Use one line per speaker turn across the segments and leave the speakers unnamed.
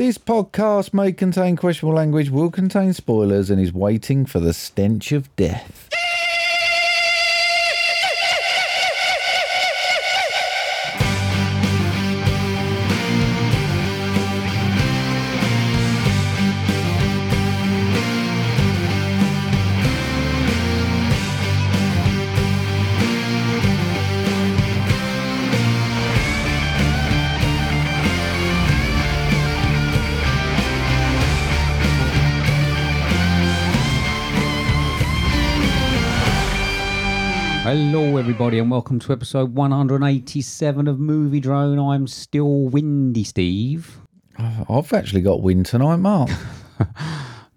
This podcast may contain questionable language, will contain spoilers, and is waiting for the stench of death.
Hello, everybody, and welcome to episode 187 of Movie Drone. I'm still windy, Steve.
Oh, I've actually got wind tonight, Mark.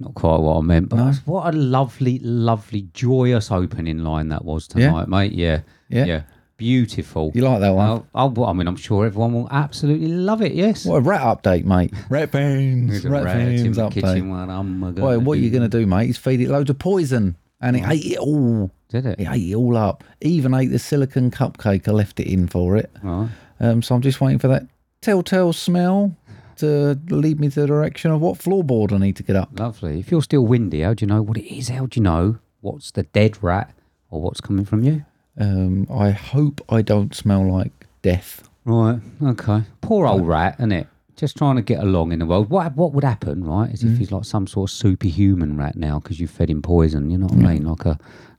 Not quite what I meant, but that's- what a lovely, lovely, joyous opening line that was tonight, mate. Yeah,
Yeah.
beautiful.
You like that one?
Oh, oh, well, I mean, I'm sure everyone will absolutely love it. Yes.
What a rat update, mate. Rat fans.
There's a
Rat
rat in
fans
the kitchen. Oh
update.
What, am I gonna
Well, what are
do?
you going to do, mate? Is feed it loads of poison. And it ate it all.
did it?
It ate it all up. Even ate the silicon cupcake. I left it in for it.
Right.
Um, so I'm just waiting for that telltale smell to lead me to the direction of what floorboard I need to get up.
Lovely. If you're still windy, how do you know what it is? How do you know what's the dead rat or what's coming from you?
Um, I hope I don't smell like death.
Right. Okay. Poor old rat, isn't it? Just trying to get along in the world. What what would happen, right? Is
Hmm.
if he's like some sort of superhuman rat now because you fed him poison. You know what I mean? Like a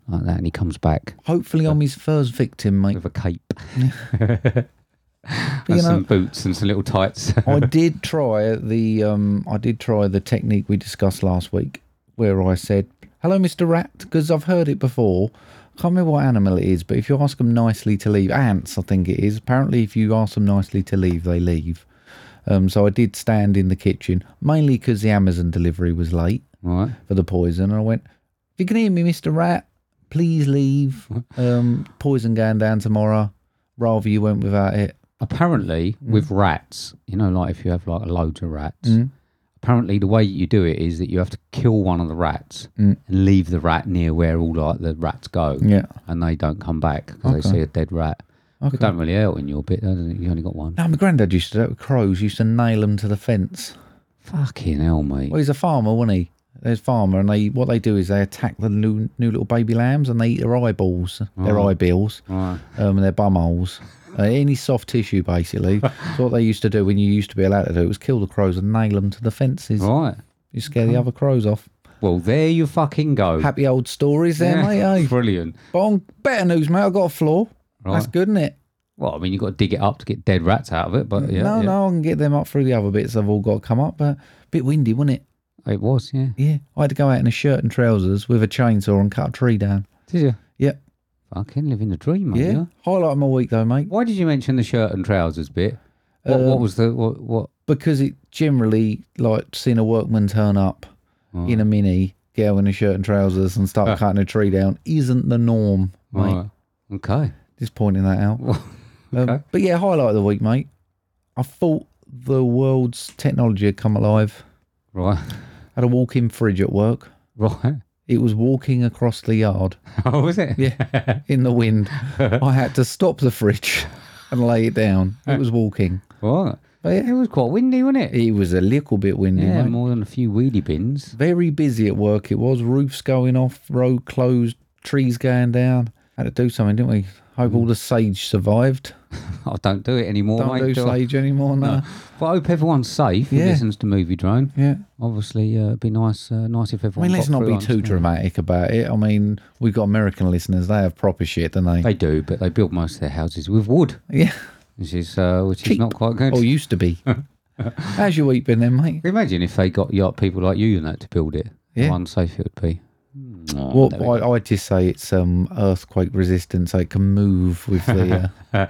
like that, and he comes back
Hopefully, I'm his first victim, mate.
with a cape
But,
and
you know,
some boots and some little tights.
I did try the um, I did try the technique we discussed last week, where I said, "Hello, Mister Rat," because I've heard it before. I can't remember what animal it is, but if you ask them nicely to leave, ants, I think it is. Apparently, if you ask them nicely to leave, they leave. Um, so I did stand in the kitchen mainly because the Amazon delivery was late.
right.
for the poison, and I went, "If you can hear me, Mister Rat, please leave. Um, poison going down tomorrow. Rather you went without it.
Apparently,
Hmm.
with rats, you know, like if you have like loads of rats, apparently the way you do it is that you have to kill one of the rats and leave the rat near where all like the rats go.
Hmm. Yeah.
and they don't come back because they see a dead rat. It don't really help in your bit, does it? You only got one.
Now my granddad used to do it with crows. Used to nail them to the fence.
Fucking hell, mate.
Well, he's a farmer, wasn't he? There's farmer, and they what they do is they attack the new new little baby lambs, and they eat their eyeballs, their eyebills,
Right.
um, and their bum holes. Uh, any soft tissue, basically. so what they used to do when you used to be allowed to do it was kill the crows and nail them to the fences.
Right.
You scare the other crows off.
Well, there you fucking go.
Happy old stories there, mate. eh?
Brilliant.
Bong, better news, mate. I got a floor. That's
Right.
good, isn't it?
Well, I mean, you've got to dig it up to get dead rats out of it, but yeah.
no,
yeah.
no, I can get them up through the other bits. I've all got to come up, but a bit windy, wasn't it?
It was, yeah.
Yeah, I had to go out in a shirt and trousers with a chainsaw and cut a tree down.
Did you?
Yep.
Fucking living the dream, mate.
Yeah,
you.
highlight of my week though, mate,
Why did you mention the shirt and trousers bit? What,
Um,
what was the what? what?
because it generally like seeing a workman turn up in a mini, get out in a shirt and trousers and start cutting a tree down isn't the norm, mate.
Ah. Right. Okay.
Just pointing that out.
Okay.
Um, but yeah, highlight of the week, mate. I thought the world's technology had come alive.
Right.
had a walk-in fridge at work.
Right.
It was walking across the yard
Oh, was it?
Yeah. in the wind. I had to stop the fridge and lay it down. It was walking.
Right.
But yeah,
It was quite windy, wasn't it?
it was a little bit windy,
Yeah,
mate.
more than a few weedy bins.
Very busy at work it was. Roofs going off, road closed, trees going down. Had to do something, didn't we? Hope all the sage survived.
I don't do it anymore,
Don't
mate. uh,
do
do I?
sage anymore, no.
But I hope everyone's safe who
Yeah.
listens to Movie Drone.
Yeah.
Obviously, uh, it'd be nice, uh, nice if
I
everyone.
mean, let's
got
not
through
be
on
too
time.
dramatic about it. I mean, we've got American listeners. They have proper shit, don't they?
They do, but they build most of their houses with wood,
Yeah.
which is uh, which
Cheap. Oh,
is not quite good.
Or used to be. How's your week been then, mate?
Imagine if they got yacht people like you and that to build it.
Yeah.
How unsafe it would be. Oh,
Well,
there we
I, I just say it's um, earthquake resistant, so it can move with the. Uh,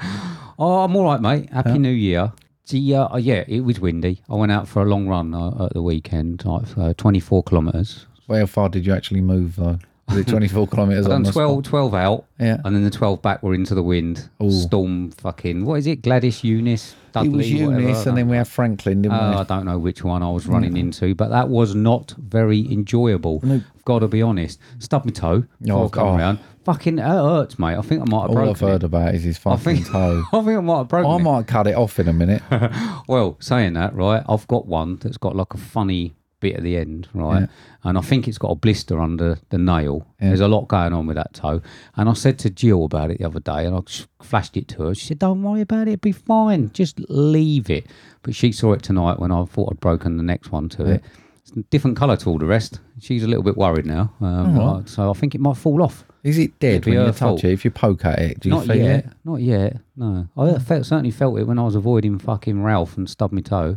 Oh, I'm all right, mate. Happy New Year. The, uh, yeah, it was windy. I went out for a long run uh, at the weekend, like uh, 24 kilometres.
well, how far did you actually move though? Was it 24 kilometers
I
on
done
the
12, 12 out,
Yeah.
and then the 12 back were into the wind. Storm fucking, what is it? Gladys, Eunice,
Spot?
Dudley,
It was
whatever. Ah,
Eunice,
I
and
don't-
then we had Franklin, didn't
Oh, I don't know which one I was running into, but that was not very enjoyable.
No.
got to be honest. Stubbed my toe.
Oh,
Oh, come
God.
around. Fucking it hurts, mate. I think I might have
All I've
broken
heard
it.
about is his
I
fucking
think, I
toe.
think I might have broken
I
it.
might cut it off in a minute.
Well, saying that, right, I've got one that's got like a funny bit at the end, right? And I think it's got a blister under the nail. There's a lot going on with that toe. And I said to Jill about it the other day and I just flashed it to her. She said, Don't worry about it, it'll be fine. Just leave it. But she saw it tonight when I thought I'd broken the next one to it. It's a different colour to all the rest. She's a little bit worried now. Um, uh, So I think it might fall off.
Is it dead
It'd be
when you
her
touch
fault.
it? If you poke at it, do you
Not
feel
yet.
it? Hmm.
Not yet. No, I felt, certainly felt it when I was avoiding fucking Ralph and stubbed my toe.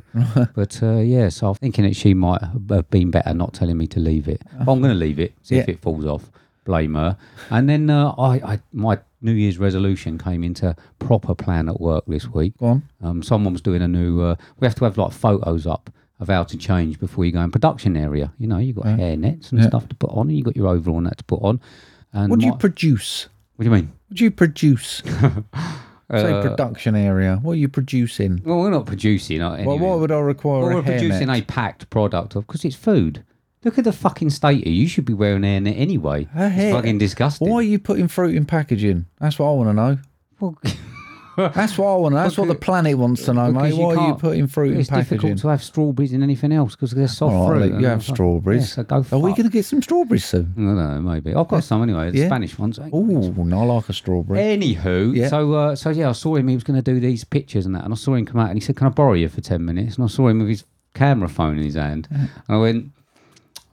but uh, yeah, so I'm thinking that she might have been better not telling me to leave it. But I'm going to leave it. See if
Yeah.
it falls off. Blame her. And then uh, I, I, my New Year's resolution came into proper plan at work this week.
Go on.
Um, someone was doing a new. Uh, we have to have like photos up of how to change before you go in production area. You know, you got hair nets and stuff to put on, and you got your overall net to put on. And
What do you
my-
produce?
what do you mean?
What do you produce?
Uh,
Say production area. What are you producing?
Well, we're not producing. uh, Not
Well, why
anyway.
would I require
Well,
a
we're
hairnet?
producing a packed product of because it's food. Look at the fucking state. of- You should be wearing a hairnet anyway.
A hair-
It's fucking disgusting.
Why are you putting fruit in packaging? That's what I want to know.
Well,
That's what I want to know. That's what the planet wants to know, mate.
because you
Why are you
can't-
putting fruit in
it's
packaging?
difficult to have strawberries in anything else because they're soft
All right,
fruit.
look,
and
you have
they're like-
strawberries.
Yeah, so go
Are
fuck.
we going to get some strawberries soon?
I don't know, maybe. I've got some anyway. The
Yeah.
Spanish ones. eh? ain't
Ooh, no, I like a
Eh.
strawberry.
Anywho,
Yeah.
so uh, so yeah, I saw him. He was going to do these pictures and that, and I saw him come out and he said, "Can I borrow you for ten minutes?" And I saw him with his camera phone in his hand, and I went,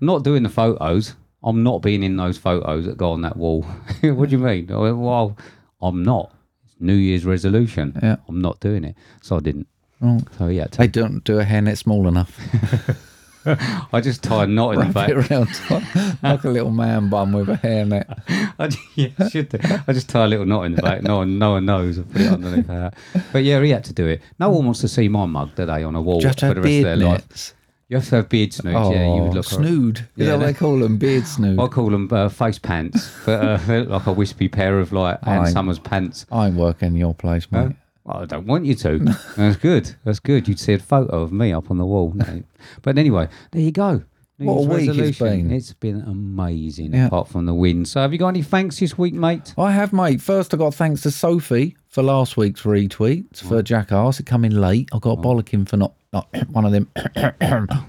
"I'm not doing the photos. I'm not being in those photos that go on that wall." what do you mean? I went, "Well, I'm not. It's New Year's resolution.
Yeah.
I'm not doing it." So I didn't.
Oh.
So yeah, t-
They don't do a hairnet small enough.
I just tied a knot in the
Wrap
back.
it around like a little man bun with a
Oh,
hairnet.
I, ju- yeah, I should do. I just tie a little knot in the back. No one, no one knows. I put it underneath her. But yeah, he had to do it. No one wants to see my mug, do they, on a wall
Just
for
have
the rest of their
beard
life?
nets.
You have to have beard snoods.
Oh,
yeah, you would look.
snood.
Snood.
Is
Yeah,
that what
they-
they call them? Beard snood.
I call them uh, face pants, but uh, they look like a wispy pair of like Anne
Aye.
Summers pants.
I ain't working in your place, mate.
Well, I don't want you to. That's good. That's good. You'd see a photo of me up on the wall. wouldn't you? but anyway, there you go. New
What a
Year's
week it's
resolution.
been.
It's been amazing,
Yeah.
apart from the wind. So, have you got any thanks this week, mate?
I have, mate. First, I got thanks to Sophie for last week's retweet for Jackass. It come in late. I got bollocking for not, not one of them.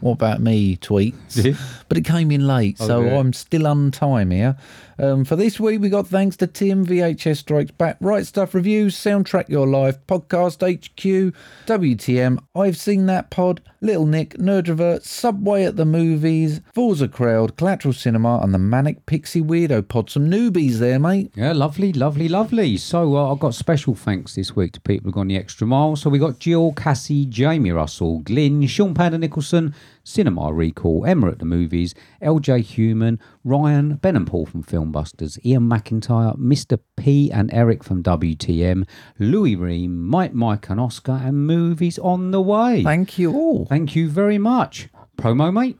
what about me
Did
tweets?
it?
but it came in late, so
yeah.
I'm still on time here. Um, for this week, we got thanks to Tim VHS Strikes Back, Right Stuff Reviews, Soundtrack Your Life, Podcast HQ, WTM, I've Seen That Pod, Little Nick, Nerdrovert, Subway at the Movies, Forza Crowd, Collateral Cinema, and the Manic Pixie Weirdo Pod. Some newbies there, mate.
Yeah, lovely, lovely, lovely. So uh, I've got special thanks this week to people who've gone the extra mile. So we got Jill, Cassie, Jamie Russell, Glyn, Sean Padder Nicholson, Cinema Recall, Emma at the Movies, LJ Human, Ryan, Ben and Paul from Filmbusters, Ian McIntyre, Mr. P and Eric from WTM, Louis Ream, Mike, Mike and Oscar, and Movies on the Way.
Thank you all.
Thank you very much. Promo, mate.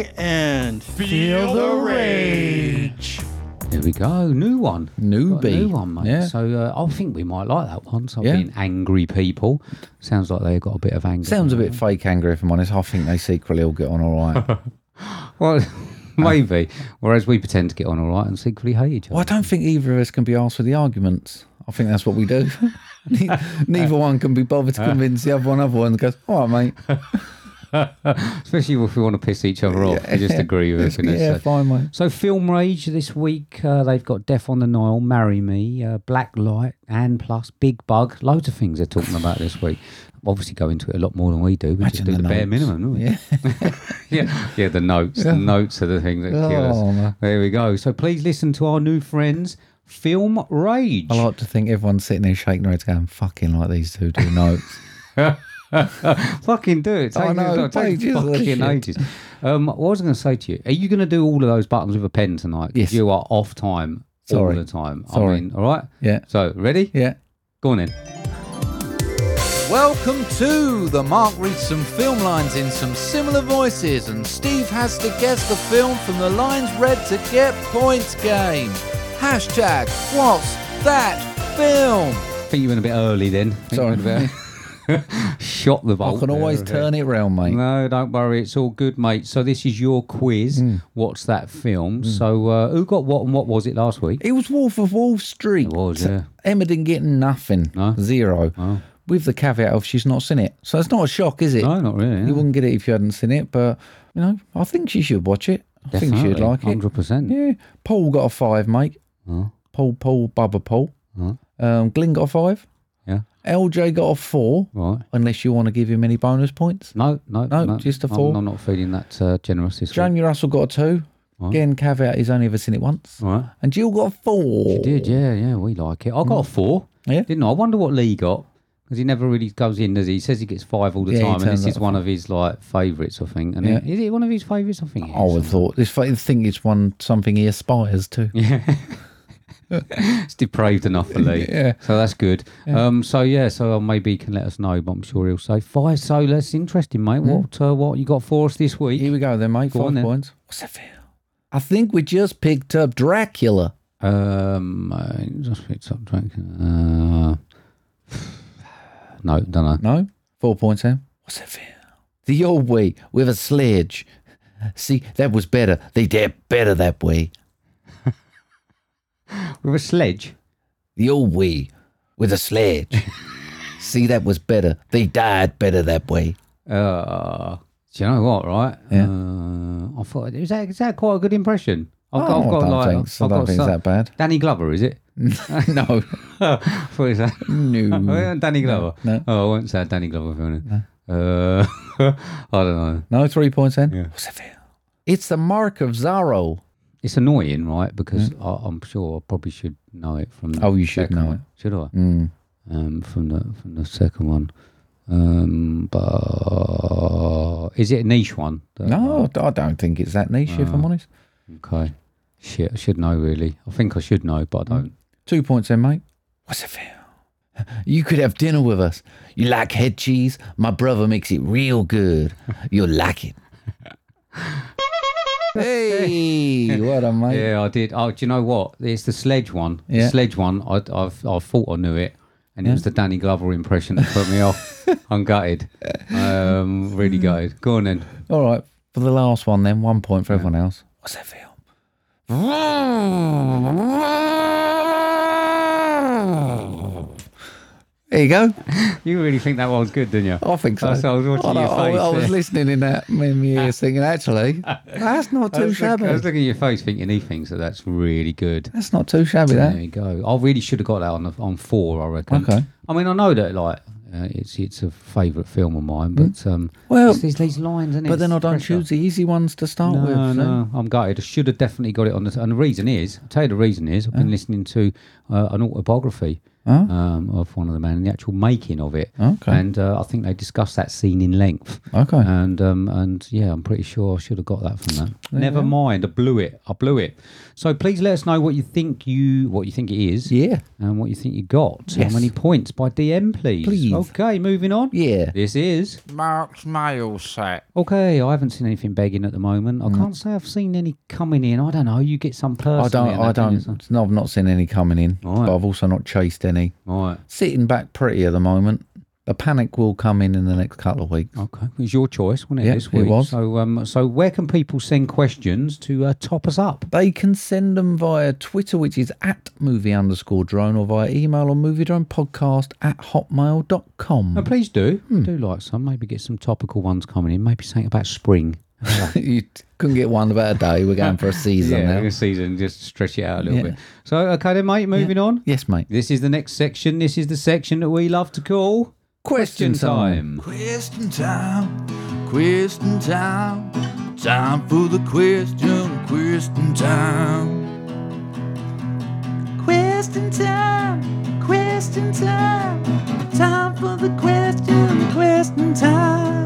and
Feel the rage.
There we go, new one,
Newbie.
Got a new one, mate.
Yeah.
So uh, I think we might like that one. So
Yeah.
being angry people sounds like they've got a bit of anger.
Sounds a bit fake angry, if I'm honest. I think they secretly all get on all right.
well, maybe. Whereas we pretend to get on all right and secretly hate each other.
well, I don't think either of us can be asked for the arguments. I think that's what we do. Ne- Neither one can be bothered
Uh.
to convince the other one. Other one goes, "All right, mate.
Especially if we want to piss each other off, we just agree with everything.
yeah,
that's said.
fine, mate."
So film rage this week. Uh, they've got Death on the Nile, Marry Me, uh, Black Light, and plus Big Bug. Loads of things they're talking about this week. Obviously, go into it a lot more than we do. We just
Imagine
do the,
the
bare
notes.
minimum. Don't we?
Yeah.
yeah, yeah, the notes. The notes are the thing that kill us.
Oh, man.
There we go. So please listen to our new friends, Film Rage.
I like to think everyone's sitting there shaking their heads, going, "Fucking like these two do notes."
fucking do it. Take
I know,
It takes
pages of
fucking
shit.
ages. Um, what was I going to say to you? Are you going to do all of those buttons with a pen tonight? 'Cause
Yes.
You are off time
Sorry.
all the time. I
Sorry.
mean, all right?
Yeah.
So, ready?
Yeah.
Go on in.
Welcome to the Mark reads some film lines in some similar voices, and Steve has to guess the film from the lines read to get points game. Hashtag what's that film?
I think you went a bit early then. I think you
Sorry.
went a bit- Shot the ball.
I can always turn it round, mate.
No, don't worry. It's all good, mate. So this is your quiz.
Mm.
What's that film? So uh, who got what and what was it last week?
It was Wolf of Wall Street.
It was, yeah.
Emma didn't get nothing.
No?
Zero.
Oh.
With the caveat of she's not seen it. So it's not a shock, is it?
No, not really.
You
yeah.
wouldn't get it if you hadn't seen it, but, you know, I think she should watch it. I think she'd
Definitely,
like it.
100%.
Yeah. Paul got a five, mate.
Oh.
Paul, Paul, Bubba Paul.
Oh.
Um, Glyn got a five.
Yeah.
LJ got a four,
Right.
unless you want to give him any bonus points.
No, no,
No, just a
I'm-
four.
I'm, not feeling that uh, generous this week.
Jamie Russell got a two. Again, caveat, he's only ever seen it once.
All right.
And Jill got a four.
Did yeah, yeah, we like it. I got a four.
Mm. Yeah.
Didn't I? I wonder what Lee got because he never really goes in, does he? He says he gets five all the
Yeah, he
time, and
turns
this is
up
one of his like favourites, I think. And
Yeah.
it- is it one of his favourites? I think. it
I would
is.
have thought this I think it's one something he aspires to.
Yeah. it's depraved enough for Lee.
Yeah.
So that's good. Um. So yeah. So uh, maybe he can let us know, but I'm sure he'll say five. So that's interesting, mate.
Mm.
What uh, what you got for us this week?
Here we go then, mate.
Go on
Five
then.
points. What's that feel? I think we just picked up Dracula.
Um, I just picked up drink. Uh, no, don't know.
No? Four points, Sam. What's that feel? The old way with a sledge. See, that was better. They did better that way.
With a sledge.
The old way with a sledge. See, that was better. They died better that way.
Uh, do you know what? Right?
Yeah.
Uh, I thought is that is that quite a good impression? I've
Oh, I don't think so. I don't think it's
some-
that bad.
Danny Glover, is it?
no.
what is that?
No.
Oh, Danny Glover.
no.
Oh, I won't say Danny Glover. For no. Uh, I don't know.
No, three points, Sam. What's that feel? It's the mark of Zorro.
It's annoying, right? Because I, I'm sure I probably should know it from. The
Mm. Oh, you should
second
know
one.
it.
Should I?
Mm.
um, from the from the second one. Um, but is it a niche one? That-
No, I don't think it's that niche, if I'm honest.
Okay. Shit, I should know really. I think I should know, but I
Mm.
don't.
Two points then, mate. What's it feel? You could have dinner with us. You like head cheese? My brother makes it real good. You'll like it. hey, what a mate.
Yeah, I did. Oh, do you know what? It's the sledge one.
Yeah.
The sledge one. I I've, I thought I knew it, and it was the Danny Glover impression that put me off. I'm gutted. Um, really
Mm.
gutted. Go on then.
All right, for the last one then, one point for everyone else. What's that feel? There you go.
You really think that one was good, didn't you?
I think so.
That's- I was watching
I,
your
I- I
face
was
there.
listening in that meme years thinking, actually, that's not
I
too
was, look- I was
shabby.
looking at your face, thinking he thinks that that's really good.
That's not too shabby,
There
that.
you go. I really should have got that on the, on four. I reckon.
Okay.
I mean, I know that like uh, it's it's a favourite film of mine, but um,
Hmm. Well,
it's, these- these lines, and
But then I don't choose the easy ones to start with. so-
No, no, I'm gutted. I should have definitely got it on this. And the reason is, I'll tell you the reason is, I've been listening to uh, an autobiography um, of one of the men and the actual making of it.
Okay.
And uh, I think they discussed that scene in length.
Okay.
And um, and yeah, I'm pretty sure I should have got that from that. Never mind. I blew it. I blew it. So please let us know what you think you what you think it is.
Yeah.
And what you think you got.
Yes.
How many points by DM, please.
Please.
Okay, moving on.
Yeah.
This is
Mark's mail sack.
Okay, I haven't seen anything begging at the moment. I can't say I've seen any coming in. I don't know. You get some
I
person.
don't, I don't, no, I've not seen any coming in,
Right.
but I've also not chased any.
Right.
Sitting back pretty at the moment. The panic will come in in the next couple of weeks.
Okay. It was your choice, wasn't it?
Yeah,
this
it
week.
was.
So, um, so where can people send questions to uh, top us up?
They can send them via Twitter, which is at movie underscore drone, or via email on movie drone podcast at hotmail.com.
And please do. Do like some. Maybe get some topical ones coming in. Maybe something about spring.
you t- couldn't get one about a day. We're going for a season now.
this season. Just stretch it out a little
Yeah.
bit. So, okay then, mate. Moving on.
Yes, mate.
This is the next section. This is the section that we love to call
Question
Question time, question time, time for the question, question time. Question time, question time, time for the question, question just in time.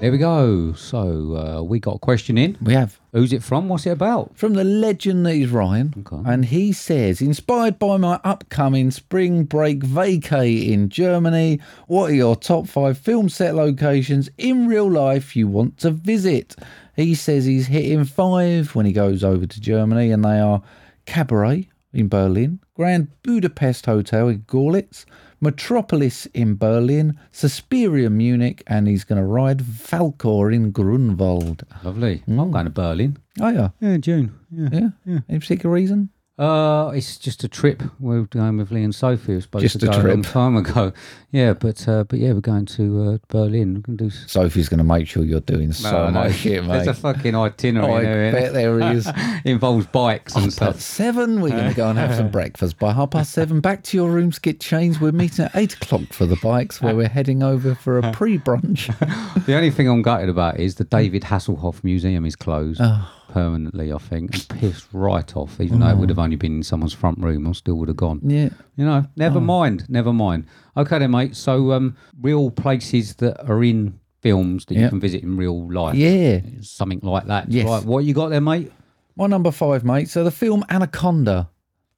There we go. So uh, we got a question in.
We have
Who's it from? What's it about?
from the legend that is Ryan, and he says, inspired by my upcoming spring break vacay in Germany, what are your top five film set locations in real life you want to visit? He says he's hitting five when he goes over to Germany, and they are Cabaret in Berlin, Grand Budapest Hotel in Gorlitz, Metropolis in Berlin, Suspiria Munich, and he's going to ride Falkor in Grunwald.
Lovely. I'm going to Berlin.
Oh, yeah.
Mm. Yeah, June.
Yeah. Any particular reason?
Uh, it's just a trip. We're going with Lee and Sophie. It was supposed
Just
to
a
go a, long
trip.
time ago. Yeah, but uh, but yeah, we're going to uh, Berlin. We can do s-
Sophie's going to make sure you're doing so
I know.
much shit,
There's
mate.
a fucking itinerary
I
there.
bet there is.
Involves bikes and
At
stuff.
seven, we're going to go and have some breakfast. By half past seven, back to your rooms, get changed. We're meeting at eight o'clock for the bikes, where we're heading over for a pre-brunch.
The only thing I'm gutted about is the David Hasselhoff Museum is closed
Oh.
permanently, I think, and pissed right off. Even though it would have only been in someone's front room, I still would have gone.
Oh. Yeah, Oh.
You know, never mind, never mind. Okay, then, mate. So, um, real places that are in films that
Yeah.
you can visit in real life.
yeah.
Something like that.
Yes.
Right, what you got there, mate?
My number five, mate. So the film Anaconda.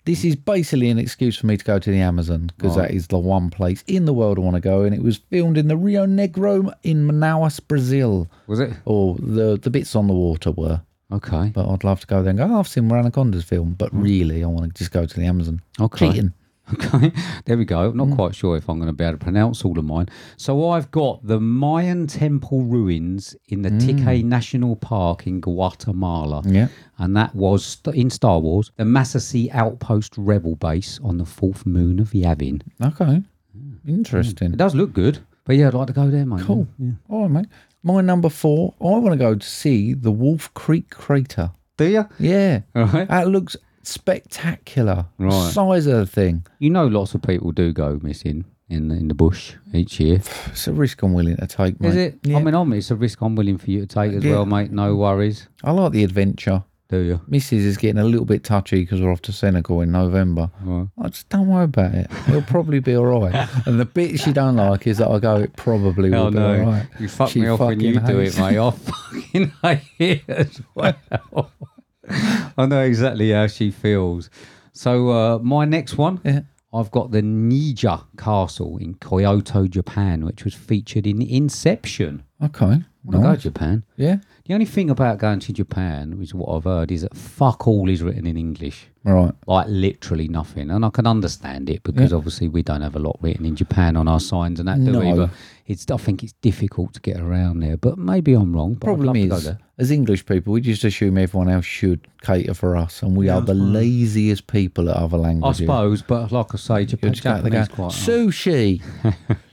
This is basically an excuse for me to go to the Amazon because that is the one place in the world I want to go. And it was filmed in the Rio Negro in Manaus, Brazil.
Was it?
Or the the bits on the water were.
Okay.
But I'd love to go there and go, oh, I've seen where Anaconda's film, but really, I want to just go to the Amazon.
Hmm. Oh, Okay.
Cheating.
Okay. There we go. I'm
Mm.
not quite sure if I'm going to be able to pronounce all of mine. So, I've got the Mayan temple ruins in the Ticay National Park in Guatemala.
Mm. Yeah.
And that was st- in Star Wars, the Massassi Outpost Rebel Base on the fourth moon of Yavin.
Okay.
Hmm.
Interesting.
It does look good, but yeah, I'd like to go there, mate.
Cool.
Yeah.
All right, mate. My number four, I want to go to see the Wolf Creek crater.
Do you?
Yeah.
All right.
That looks spectacular.
Right.
Size of the thing.
You know, lots of people do go missing in the, in the bush each year.
It's a risk I'm willing to take, mate.
Is it?
Yeah.
I mean, I'm, it's a risk I'm willing for you to take as
Yeah.
well, mate. No worries.
I like the adventure.
Do you?
Mrs. is getting a little bit touchy because we're off to Senegal in November. I just don't worry about it. It'll probably be all right. And the bit she don't like is that I go, it probably will
Oh
be
no!
all right.
You fuck
She
me off when
fucking
you do
hates
it, mate. I fucking hate it as well. I know exactly how she feels. So uh, my next one,
Yeah.
I've got the Nija Castle in Kyoto, Japan, which was featured in Inception.
Okay.
I want to go
nice.
to Japan.
Yeah.
The only thing about going to Japan, which is what I've heard, is that fuck all is written in English.
All right.
Like literally nothing. And I can understand it because obviously we don't have a lot written in Japan on our signs and that, do we?
No.
But it's, I think it's difficult to get around there. But maybe I'm wrong. But
Problem
I'd love to
is,
go there.
as English people, we just assume everyone else should cater for us, and we are the laziest people at other
I
languages.
suppose, but like I say, Japan,
You're just going to go,
Japanese quite.
sushi,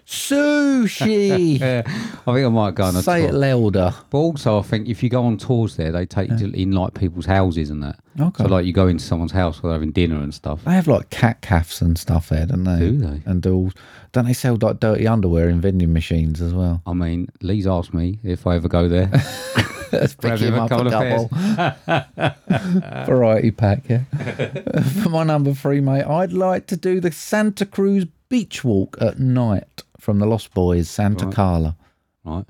sushi.
Yeah, I think I might go on a
Say
tour.
it louder.
But also, I think if you go on tours there, they take you in like people's houses and that.
Okay.
So like you go into someone's house where they're having dinner and stuff.
They have like cat calves and stuff there, don't they?
Do they?
And do all, don't they sell like dirty underwear in vending machines as well?
I mean, Lee's asked me if I ever go there.
Let's pick
Grab him
him
a
up a
couple of
double. Variety pack, yeah. For my number three, mate, I'd like to do the Santa Cruz Beach Walk at night from the Lost Boys, Santa Carla.
right.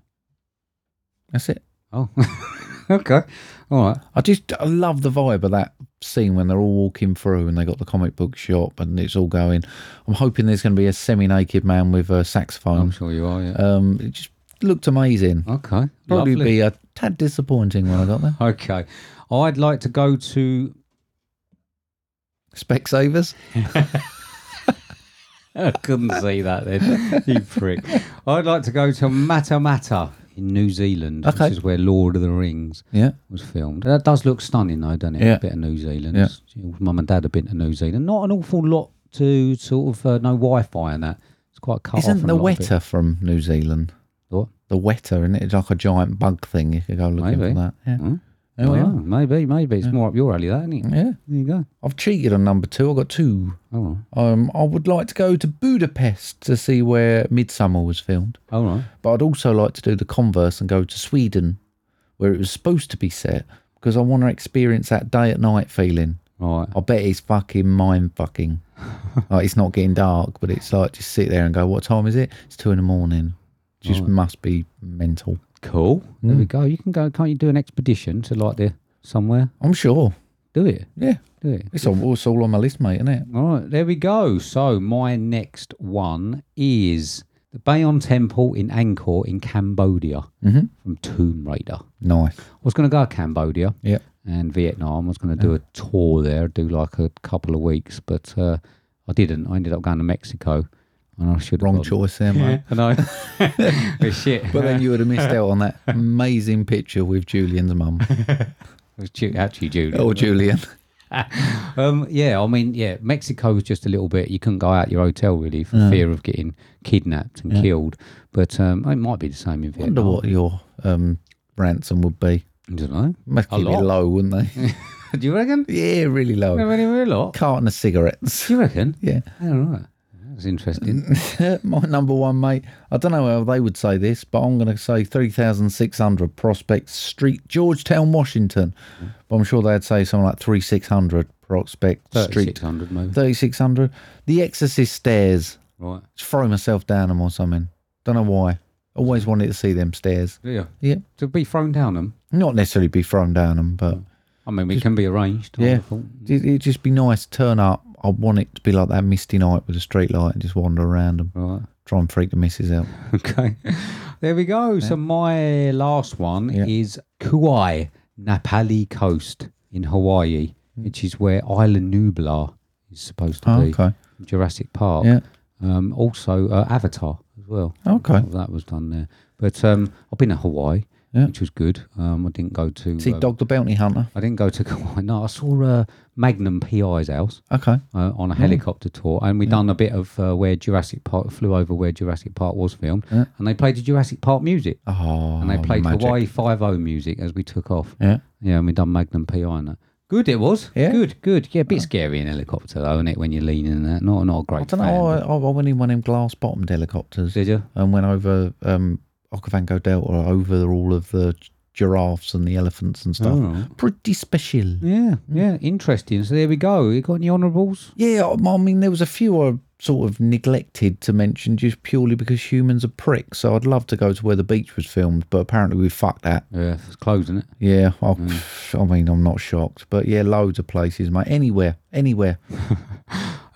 That's it.
Oh. okay. All right.
I just I love the vibe of that scene when they're all walking through and they got the comic book shop and it's all going. I'm hoping there's going to be a semi-naked man with a
I'm
saxophone.
sure you are. Yeah.
Um, it just looked amazing.
okay.
Probably
lovely.
be a tad disappointing when I got there.
Okay. I'd like to go to.
Specsavers.
I couldn't see that then, you prick. I'd like to go to Matamata in New Zealand,
Okay.
which is where Lord of the Rings
Yeah.
was filmed. That does look stunning, though, doesn't it?
Yeah.
A bit of New Zealand.
Yeah.
Mum and Dad have been to New Zealand. Not an awful lot to sort of uh, no Wi-Fi and that. It's quite cut off.
Isn't
and
the
a lot of it-
wetter from New Zealand?
What?
The wetter, and it's like a giant bug thing. You could go looking
Maybe.
for that. Yeah.
Hmm?
There we
Oh,
are.
maybe, maybe it's more up your alley, that isn't it?
Yeah.
There you go.
I've cheated on number two. I've got two.
All right.
Um, I would like to go to Budapest to see where Midsummer was filmed.
All right.
but I'd also like to do the converse and go to Sweden, where it was supposed to be set, because I want to experience that day at night feeling.
All right.
I bet it's fucking mind fucking. like it's not getting dark, but it's like just sit there and go, what time is it? It's two in the morning. Just must be mental.
Cool. There
Hmm.
we go. You can go. Can't you do an expedition to like the somewhere?
I'm sure.
Do it.
Yeah.
Do it.
It's all, it's all on my list, mate, isn't it?
All right, there we go. So my next one is the Bayon Temple in Angkor in Cambodia
Mm-hmm.
from Tomb Raider.
Nice.
I was going to go to Cambodia
Yeah.
and Vietnam. I was going to do a tour there, do like a couple of weeks, but uh, I didn't. I ended up going to Mexico, and I should
Wrong choice there, mate.
I know. But shit.
But then you would have missed out on that amazing picture with Julian's mum.
It was Ju- actually Julie.
Oh, Julian.
Um, yeah, I mean, yeah, Mexico was just a little bit. You couldn't go out your hotel really for fear of getting kidnapped and killed. But um, it might be the same in
I wonder
Vietnam.
what your um, ransom would be.
I don't know.
Must
A
keep it
lot.
low, wouldn't they?
Do you reckon?
yeah, really
How
low.
many were a lot?
Carton of cigarettes.
Do you reckon?
Yeah.
I don't know. That's interesting.
My number one, mate. I don't know how they would say this, but I'm going to say 3,600 Prospect Street, Georgetown, Washington. But I'm sure they'd say something like 3,600 Prospect Street.
Six hundred maybe.
3,600. The Exorcist Stairs.
Right.
Just throw myself down them or something. Don't know why. Always wanted to see them stairs.
Yeah.
Yeah.
To be thrown down them.
Not necessarily be thrown down them, but
I mean, it can be arranged. I
yeah.
thought.
It, it'd just be nice. Turn up. I want it to be like that misty night with a street light and just wander around them.
Right.
Try and freak the missus out.
Okay. There we go. So my last one
Yeah.
is Kauai, Napali Coast in Hawaii, which is where Island Nublar is supposed to
Oh,
be.
Hmm. okay.
Jurassic Park.
Yeah.
Um, also uh, Avatar as well.
Okay.
All that was done there. But um, I've been to Hawaii,
Yeah.
which was good. Um, I didn't go to.
See,
uh,
Dog the Bounty Hunter.
I didn't go to Kauai. No, I saw uh, Magnum PI's house
Okay.
uh, on a helicopter tour, and we done a bit of uh, where Jurassic Park flew over where Jurassic Park was filmed, and they played the Jurassic Park music,
Oh,
and they played
magic.
Hawaii Five O music as we took off.
Yeah.
Yeah, and we done Magnum PI and that. Good it was.
Yeah.
Good, good. Yeah, a bit scary in a helicopter though, isn't it? When you're leaning and that, not not a great.
I don't
fan,
know. I,
but-
I, I went in one of them glass bottomed helicopters
Did you?
and went over um, Okavango Delta over all of the giraffes and the elephants and stuff. Hmm.
Oh.
Pretty special.
Yeah, yeah. Interesting. So there we go. You got any honourables?
Yeah, I I mean, there was a few I sort of neglected to mention just purely because humans are pricks. So I'd love to go to where the beach was filmed, but apparently we fucked that.
Yeah, it's closing it.
Yeah, I,
Mm.
I mean, I'm not shocked, but yeah, loads of places, mate. Anywhere, anywhere.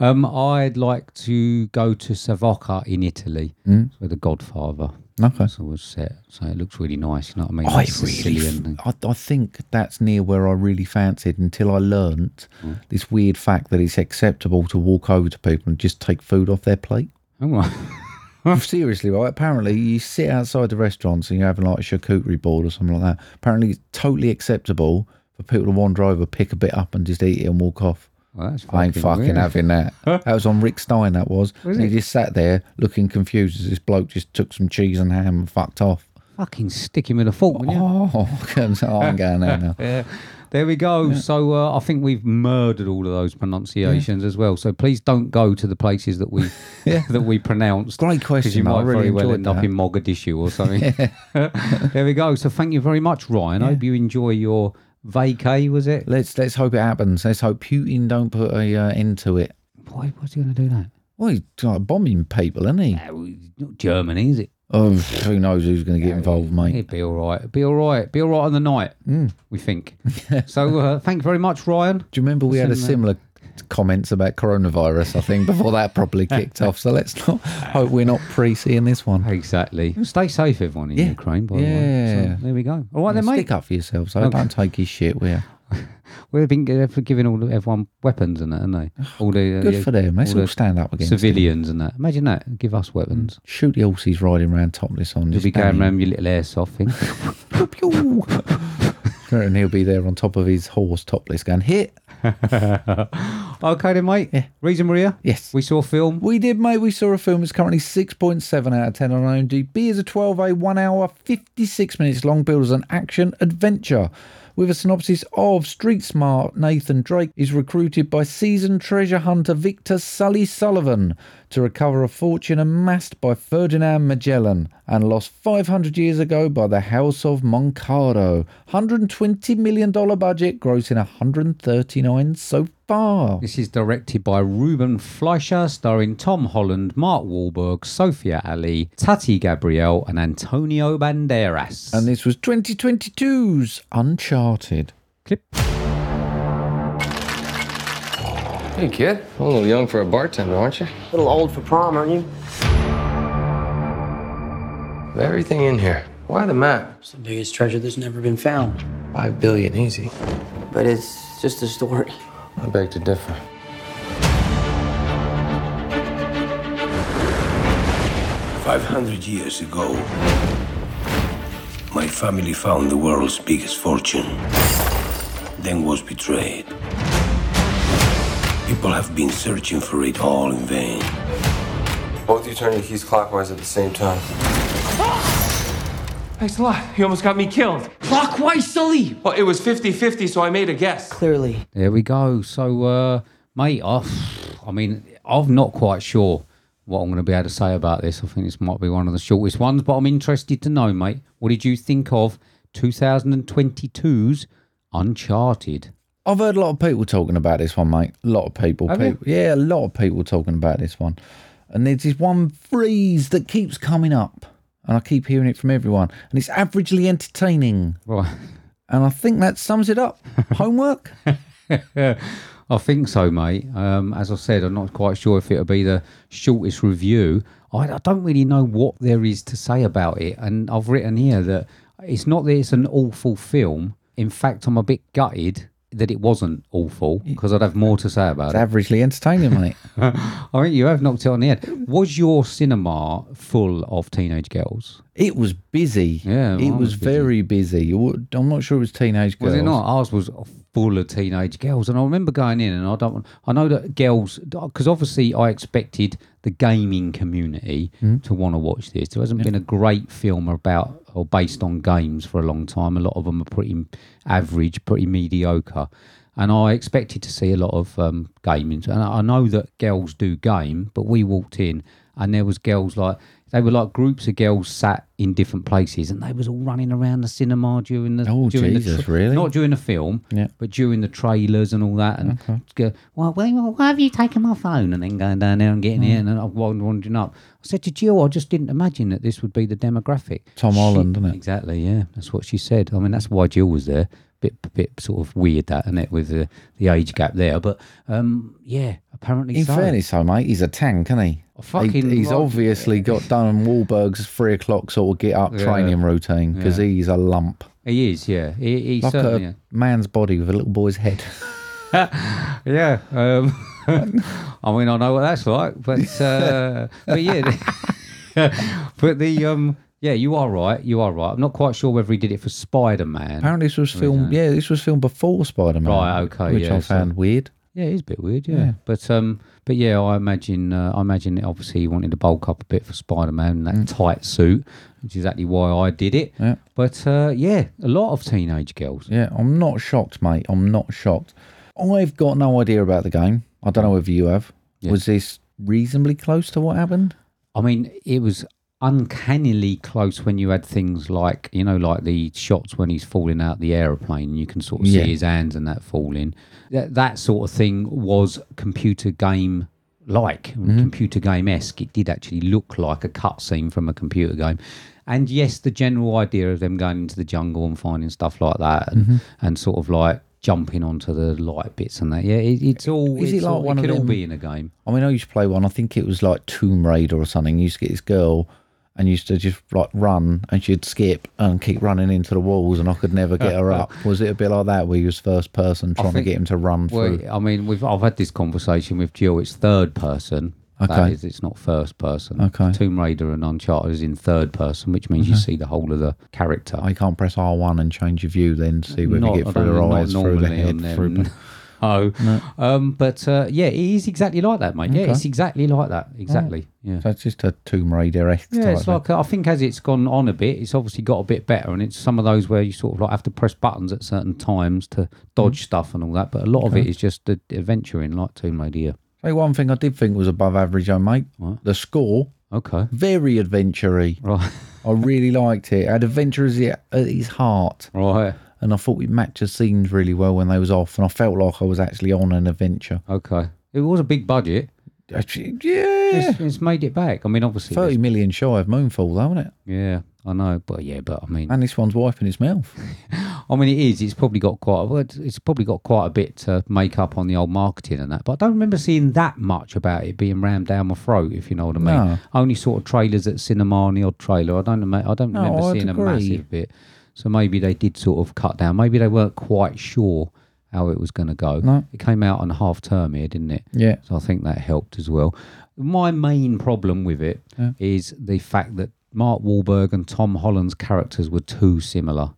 Um, I'd like to go to Savoca in Italy, mm. where The Godfather
Hmm? Okay.
was always set. So it looks really nice. You know what I mean?
I
Like
really,
Sicilian thing.
f- I, I think that's near where I really fancied until I learnt this weird fact that it's acceptable to walk over to people and just take food off their plate.
All right.
Seriously, right? Apparently, you sit outside the restaurants and you're having like a charcuterie board or something like that. Apparently, it's totally acceptable for people to wander over, pick a bit up, and just eat it and walk off.
Well, that's fucking
I ain't fucking
weird.
having that. that was on Rick Stein. That was. and he just sat there looking confused as this bloke just took some cheese and ham and fucked off.
Fucking stick him with a fork. wouldn't you?
Oh, I'm going there now.
Yeah. There we go. So uh, I think we've murdered all of those pronunciations as well. So please don't go to the places that we that we pronounced.
Great
Because
question,
you
mate. I
might
really
very well
enjoyed
end up
that.
in Mogadishu or something. there we go. So thank you very much, Ryan. I hope you enjoy your vacay. Was it?
Let's let's hope it happens. Let's hope Putin don't put a uh, end to it.
Why was he going to do that?
Well, he's like bombing people, isn't he?
Uh, well, it's not Germany, is it?
Oh, who knows who's going to get involved, mate?
It'd be all right. Be all right. Be all right on the night.
Mm.
We think. so uh, thank you very much, Ryan.
Do you remember we had a
Listen, uh,
similar comments about coronavirus? I think before that probably kicked off. So let's not hope we're not pre-seeing this one.
Exactly. Stay safe, everyone in
Yeah.
Ukraine. By the way.
Yeah.
So, there we go. All right, then, mate.
Stick up for yourself. So don't take his shit. uh, We're
Well, they've been g- they've giving all the, everyone weapons and that, haven't they? All the uh,
good
yeah,
for them. Let's
all
all
the
stand up against it.
civilians and that. Imagine that. Give us weapons.
Shoot the horses riding around topless on.
You'll
just
be going
bang.
around your little airsoft thing.
and he'll be there on top of his horse topless, going hit.
okay, then, mate. Reason Maria.
Yes.
We saw a film.
We did, mate. We saw a film that's currently 6.7 out of 10 on IMDb. is a 12A, 1 hour, 56 minutes long, built as an action adventure. with a synopsis of Street Smart. Nathan Drake is recruited by seasoned treasure hunter Victor Sully Sullivan to recover a fortune amassed by Ferdinand Magellan and lost 500 years ago by the House of Moncado. $120 million budget, grossing 139 so far.
This is directed by Ruben Fleischer, starring Tom Holland, Mark Wahlberg, Sophia Ali, Tati Gabrielle, and Antonio Banderas.
And this was 2022's Uncharted.
clip.
Hey, kid. A little young for a bartender, aren't you?
A little old for prom, aren't you?
With everything in here. Why the map?
It's the biggest treasure that's never been found.
Five billion easy.
But it's just a story.
I beg to differ.
Five hundred years ago, my family found the world's biggest fortune, then was betrayed. People have been searching for it all in vain.
Both you turn your keys clockwise at the same time.
Thanks a lot. You almost got me killed. Clockwise, Sully! Well, it was 50 50, so I made a guess.
Clearly.
There we go. So, uh, mate, I, I mean, I'm not quite sure what I'm going to be able to say about this. I think this might be one of the shortest ones, but I'm interested to know, mate. What did you think of 2022's Uncharted?
I've heard a lot of people talking about this one, mate. A lot of people.
Have you?
people yeah, a lot of people talking about this one. And there's this one phrase that keeps coming up. And I keep hearing it from everyone. And it's averagely entertaining.
Right.
And I think that sums it up. Homework?
I think so, mate. Um, as I said, I'm not quite sure if it'll be the shortest review. I, I don't really know what there is to say about it, and I've written here that it's not that it's an awful film. In fact, I'm a bit gutted that it wasn't awful because I'd have more to say about
It's
it.
averagely entertaining, mate.
I think you have knocked it on the head. Was your cinema full of teenage girls?
It was busy.
Yeah,
it
mine
was
was busy.
very busy. You wa- I'm not sure it was teenage girls.
Was it not? Ours was full of teenage girls, and I remember going in, and I don't. I know that girls, because obviously I expected the gaming community to want to watch this. There hasn't been a great film about or based on games for a long time. A lot of them are pretty average, pretty mediocre, and I expected to see a lot of um, gaming. And I I know that girls do game, but we walked in, and there was girls like they were like groups of girls sat in different places, and they was all running around the cinema during the
Oh,
during the
Jesus, really?
Not during the film,
Yeah.
but during the trailers and all that. And go, well, why, why have you taken my phone? And then going down there and getting
Mm.
in and I'm wand- wandering up. I said to Jill, I just didn't imagine that this would be the demographic.
Tom
She-
Holland, isn't it?
Exactly, yeah. That's what she said. I mean, that's why Jill was there. Bit, bit sort of weird that, isn't it, with the, the age gap there. But um, yeah, apparently
In
so.
fairness, though, mate, he's a tank, isn't he?
I fucking
He- he's
love-
obviously got done Wahlberg's three o'clock sort of get up
Yeah.
training routine because
Yeah.
he's a lump,
He is, yeah. He, he
like
certainly.
a man's body with a little boy's head.
Yeah. Um, I mean, I know what that's like, but uh, but yeah, but the um, yeah, you are right. You are right. I'm not quite sure whether he did it for Spider Man.
Apparently, this was filmed. Yeah, this was filmed before Spider Man.
Right, okay,
Which
yeah,
I
so-
found weird.
Yeah, it is a bit weird. Yeah, but um, but yeah, I imagine uh, I imagine that obviously he wanted to bulk up a bit for Spider Man in that tight suit, which is exactly why I did it.
Yeah.
But uh, yeah, a lot of teenage girls.
Yeah, I'm not shocked, mate. I'm not shocked. I've got no idea about the game. I don't know whether you have. Was this reasonably close to what happened?
I mean, it was uncannily close when you had things like, you know, like the shots when he's falling out the aeroplane, you can sort of
Yeah.
see his hands and that falling. That, that sort of thing was computer game like,
Mm-hmm.
computer game esque. It did actually look like a cutscene from a computer game. And yes, the general idea of them going into the jungle and finding stuff like that
Mm-hmm.
and, and sort of like jumping onto the light bits and that. Yeah, it, it's all,
Is it
it's
like
all,
one
it
of
could all
them-
be in a game.
I mean, I used to play one. I think it was like Tomb Raider or something. You used to get this girl and used to just like run and she'd skip and keep running into the walls and I could never get her up. Was it a bit like that where you was first person trying
think-
to get him to run
Well,
through?
I mean, we've I've had this conversation with Jill. It's third person. That
Okay.
is, it's not first person.
Okay. Uh-huh.
Tomb Raider and Uncharted is in third person, which means you see the whole of the character.
I can't press R1 and change your view then to see whether you get
I
through
don't-
their
not
eyes, through the
normally
head,
on them.
through...
no. Um, but uh, yeah, it is exactly like that, mate.
Okay.
Yeah, it's exactly like that. Exactly. Yeah.
So it's just a Tomb Raider esque
Yeah,
type
it's like uh, I think as it's gone on a bit, it's obviously got a bit better, and it's some of those where you sort of like have to press buttons at certain times to
Mm.
dodge stuff and all that. But a lot of it is just the adventuring, like Tomb Raider. yeah.
Hey, one thing I did think was above average, though, mate. The score.
Okay.
Very adventury.
Right.
I really liked it. It had adventure as it- at its heart.
Right.
And I thought it matched the scenes really well when they was off, and I felt like I was actually on an adventure.
Okay. It was a big budget.
Actually, yeah.
It's, it's made it back. I mean, obviously.
Thirty million shy of Moonfall, though, isn't it?
Yeah, I know, but yeah, but I mean,
And this one's wiping his mouth.
I mean, it is. It's probably got quite. well, it's- It's probably got quite a bit to make up on the old marketing and that. But I don't remember seeing that much about it being rammed down my throat. If you know what I mean.
No.
Only sort of trailers at cinema and the odd trailer. I don't. ama- I don't
No,
remember
I'd
seeing
agree.
a massive bit. So maybe they did sort of cut down. Maybe they weren't quite sure how it was going to go.
No.
It came out on half term here, didn't it?
Yeah.
So I think that helped as well. My main problem with it is the fact that Mark Wahlberg and Tom Holland's characters were too similar.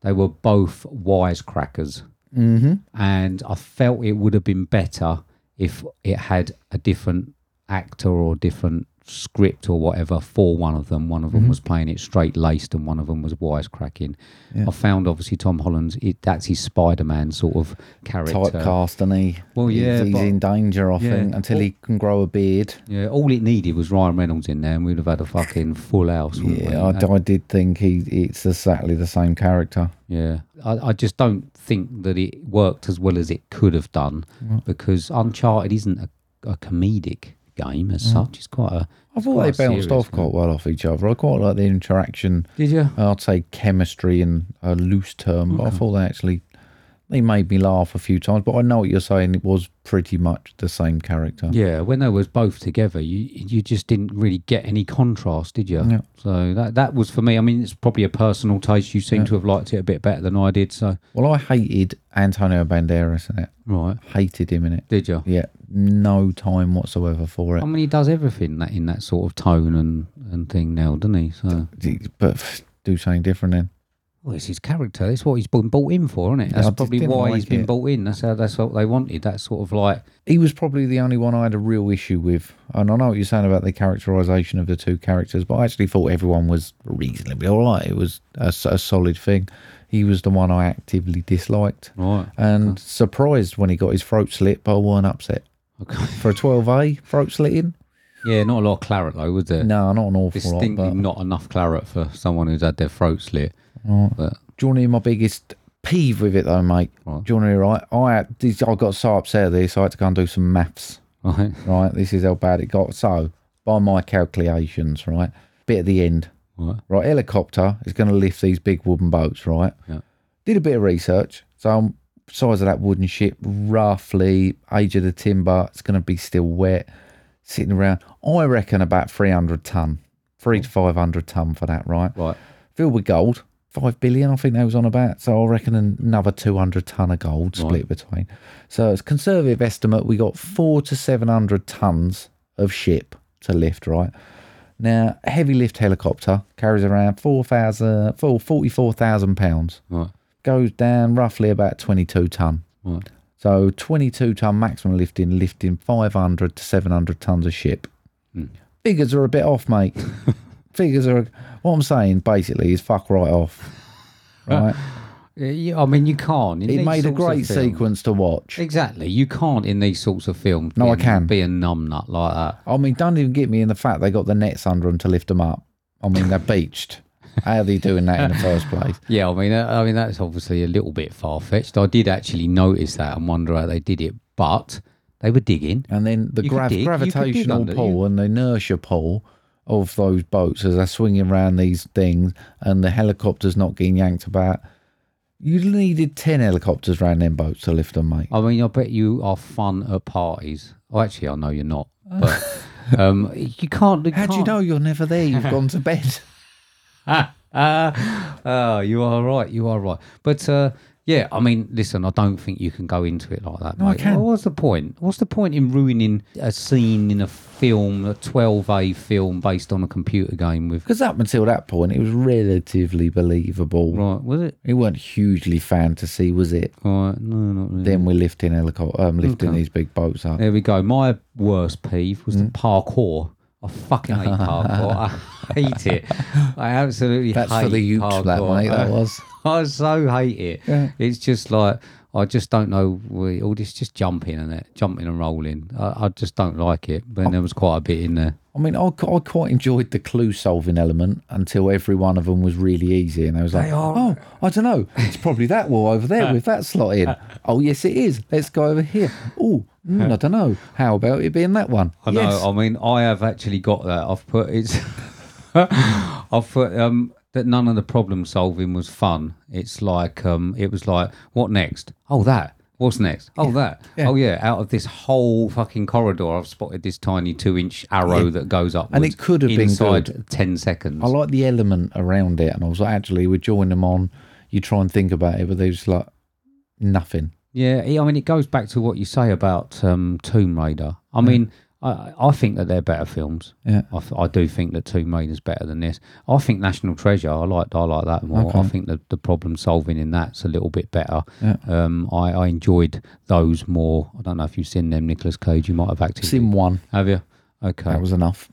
They were both wisecrackers.
Mm-hmm.
And I felt it would have been better if it had a different actor or different script or whatever for one of them. One of them
Mm-hmm.
was playing it straight laced and one of them was wisecracking. I found obviously Tom Holland's, it, that's his Spider Man sort of character.
Typecast, and he.
Well, yeah,
He's, he's
but-
in danger, I think,
Yeah.
until he can grow a beard.
Yeah, all it needed was Ryan Reynolds in there, and we'd have had a fucking full house. wouldn't we?
Yeah, I, I did think he it's exactly the same character.
yeah. I, I just don't think that it worked as well as it could have done because Uncharted isn't a, a comedic game as such. It's quite a.
I
it's
thought
quite
they
a
bounced
serious
off
one.
quite well off each other. I quite like the interaction.
Did you?
I'd say chemistry and a loose term, but I thought they actually they made me laugh a few times. But I know what you're saying. It was pretty much the same character.
Yeah, when they was both together, you you just didn't really get any contrast, did you?
No.
So that that was for me. I mean, it's probably a personal taste. You seem to have liked it a bit better than I did. So
Well, I hated Antonio Banderas in it.
right,
Hated him in it.
did you?
Yeah, no time whatsoever for it.
I mean, he does everything that in that sort of tone and, and thing now, doesn't he? So
But do something different then.
Well, it's his character. That's what he's been bought in for, isn't it? That's
I just
probably
didn't
why
like
he's been
it.
bought in. That's how. That's what they wanted. That sort of like.
he was probably the only one I had a real issue with. And I know what you're saying about the characterization of the two characters, but I actually thought everyone was reasonably all right. It was a, s- a solid thing. He was the one I actively disliked.
Right.
And surprised when he got his throat slit, but I weren't upset.
Okay.
For a 12A throat slitting?
Yeah, not a lot of claret though, was there?
No, not an awful lot.
Distinctly
But do
not enough claret for someone who's had their throat slit. But
you want to hear my biggest peeve with it, though, mate?
Right.
Do you want to hear, right? I, had- this- I got so upset at this, I had to go and do some maths.
right,
right? This is how bad it got. So, by my calculations, right, bit at the end,
Right.
helicopter is going to lift these big wooden boats, right?
Yeah.
Did a bit of research. So, um, size of that wooden ship, roughly, age of the timber, it's going to be still wet, sitting around. I reckon about 300 ton, three to 500 ton for that, right?
right.
Filled with gold. Five billion, I think they was on about. So I reckon another two hundred ton of gold split between. So it's conservative estimate. We got four to seven hundred tons of ship to lift. Right now, a heavy lift helicopter carries around four thousand, four forty four thousand pounds.
Right.
Goes down roughly about twenty two ton.
Right.
So 22 ton maximum lifting, lifting 500 to 700 tons of ship.
Hmm.
Figures are a bit off, mate. Figures are. What I'm saying basically is fuck right off. Right?
Yeah, you- I mean, you can't. in
it
these
made a
sorts of
great
films-
sequence to watch.
Exactly. You can't in these sorts of films.
No,
be
I
a-
can.
be a numb nut like that.
I mean, don't even get me in the fact they got the nets under them to lift them up. I mean, they're beached. How are they doing that in the first place?
Yeah, I mean, uh, I mean that's obviously a little bit far fetched. I did actually notice that and wonder how they did it, but they were digging.
And then the
You could
grav-
dig- you could dig
gravitational
under,
pull and the inertia pull of those boats as they're swinging around these things and the helicopters not getting yanked about. You needed 10 helicopters around them boats to lift them, mate.
I mean, I bet you are fun at parties. Well, actually, I know you're not, but um, you can't. You
How do you
can't-
know you're never there? You've gone to bed.
uh, oh, you are right. You are right. But uh, yeah, I mean, listen, I don't think you can go into it like that.
No, I
mate.
can.
What's the point? What's the point in ruining a scene in a film, a 12A film based on a computer game with.
Because up until that point, it was relatively believable.
Right, was it?
It weren't hugely fantasy, was it?
Right, no, not really.
Then we're lifting helicopter, um, lifting
Oh, Okay.
these big boats up.
There we go. My worst peeve was
Hmm.
the parkour. I fucking hate parkour. I hate it. I absolutely
That's
hate
for the youths,
parkour.
that mate.
uh.
That was.
I so hate it.
Yeah.
It's just like I just don't know. we- All this just jumping and it, jumping and rolling. I, I just don't like it.
Oh.
But there was quite a bit in there.
I mean, I, qu- I quite enjoyed the clue solving element until every one of them was really easy, and I was like, "Oh, I don't know. It's probably that wall over there with that slot in. Oh, yes, it is. Let's go over here. Oh, mm, I don't know. How about it being that one?
I know. I mean, I have actually got that. I've put it's. I've put um, that none of the problem solving was fun. It's like um, it was like what next? Oh that. What's next? Oh that. Oh yeah. Out of this whole fucking corridor, I've spotted this tiny two-inch arrow that goes up.
And it could have been
inside
good.
ten seconds.
I like the element around it, and I was like, actually, we join them on. You try and think about it, but they're just like nothing.
Yeah, I mean, it goes back to what you say about um, Tomb Raider. I mean, I, I think that they're better films.
Yeah.
I, th- I do think that Tomb Raider's better than this. I think National Treasure. I like I like that more. I think that the problem solving in that's a little bit better.
Yeah.
Um, I, I enjoyed those more. I don't know if you've seen them, Nicolas Cage. You might have acted.
Sim one,
Have you? Okay.
that was enough.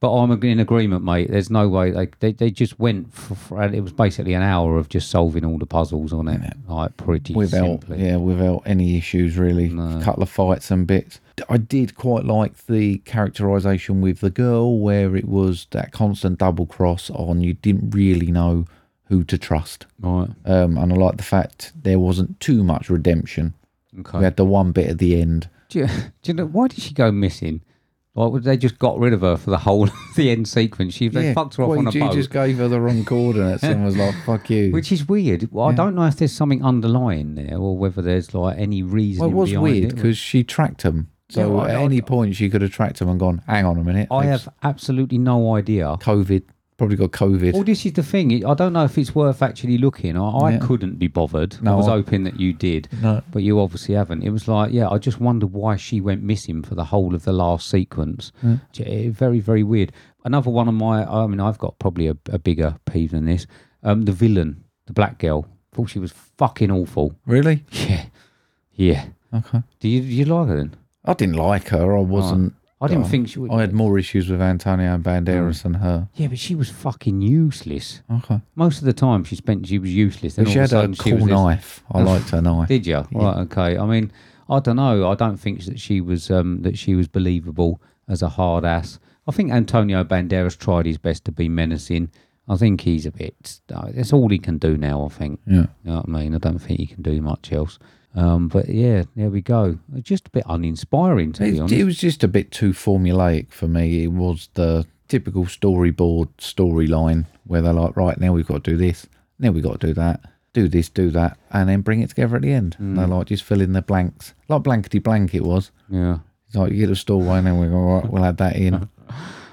But I'm ag- in agreement, mate. There's no way. Like they, they just went for, for it was basically an hour of just solving all the puzzles on it, like pretty
without
simply.
yeah without any issues really a couple of fights and bits i did quite like the characterization with the girl where it was that constant double cross on you didn't really know who to trust
Right.
um, and i like the fact there wasn't too much redemption
Okay.
we had the one bit at the end
Do you, do you know why did she go missing? Like, would they just got rid of her for the whole the end sequence? She they fucked her off
well,
on a
you
boat,
just gave her the wrong coordinates and was like fuck you
which is weird. Well, I don't know if there's something underlying there or whether there's like any reason.
well, it was
behind
weird
it.
because she tracked him so
Yeah, I-
at
I-
any point she could have tracked him and gone hang on a minute
I
thanks.
have absolutely no idea.
covid probably got covid
Well, this is the thing. I don't know if it's worth actually looking. I, I
Yeah.
couldn't be bothered. I
No,
was
I-
hoping that you did,
No.
but you obviously haven't. It was like, yeah, I just wonder why she went missing for the whole of the last sequence. J- eh, Very, very weird. Another one of my, I mean, I've got probably a, a bigger peeve than this. Um, the villain, the black girl, thought she was fucking awful.
really
Yeah, yeah.
okay
Do you, do you like her then?
I didn't like her. I wasn't. uh,
I didn't think she would.
Oh,
Mm.
I had more issues with Antonio Banderas than her.
yeah, but she was fucking useless.
Okay.
Most of the time she spent, she was useless. Then
But she
all
had
of a
a
sudden she
cool
was this-
knife. I liked her knife.
Did you? Right. Okay. I mean, I don't know. I don't think that she was um, that she was believable as a hard ass. I think Antonio Banderas tried his best to be menacing. I think he's a bit. uh, That's all he can do now. I think.
Yeah.
You know what I mean? I don't think he can do much else. Um, but yeah, there we go. Just a bit uninspiring to be
It,
honest.
it was just a bit too formulaic for me. It was the typical storyboard storyline where they're like, right, now we've got to do this. Now we've got to do that. Do this, do that. And then bring it together at the end.
Mm.
And they're like, just fill in the blanks. Like blankety blank it was.
yeah.
It's like, you get a story and then we go, all right, we'll add that in.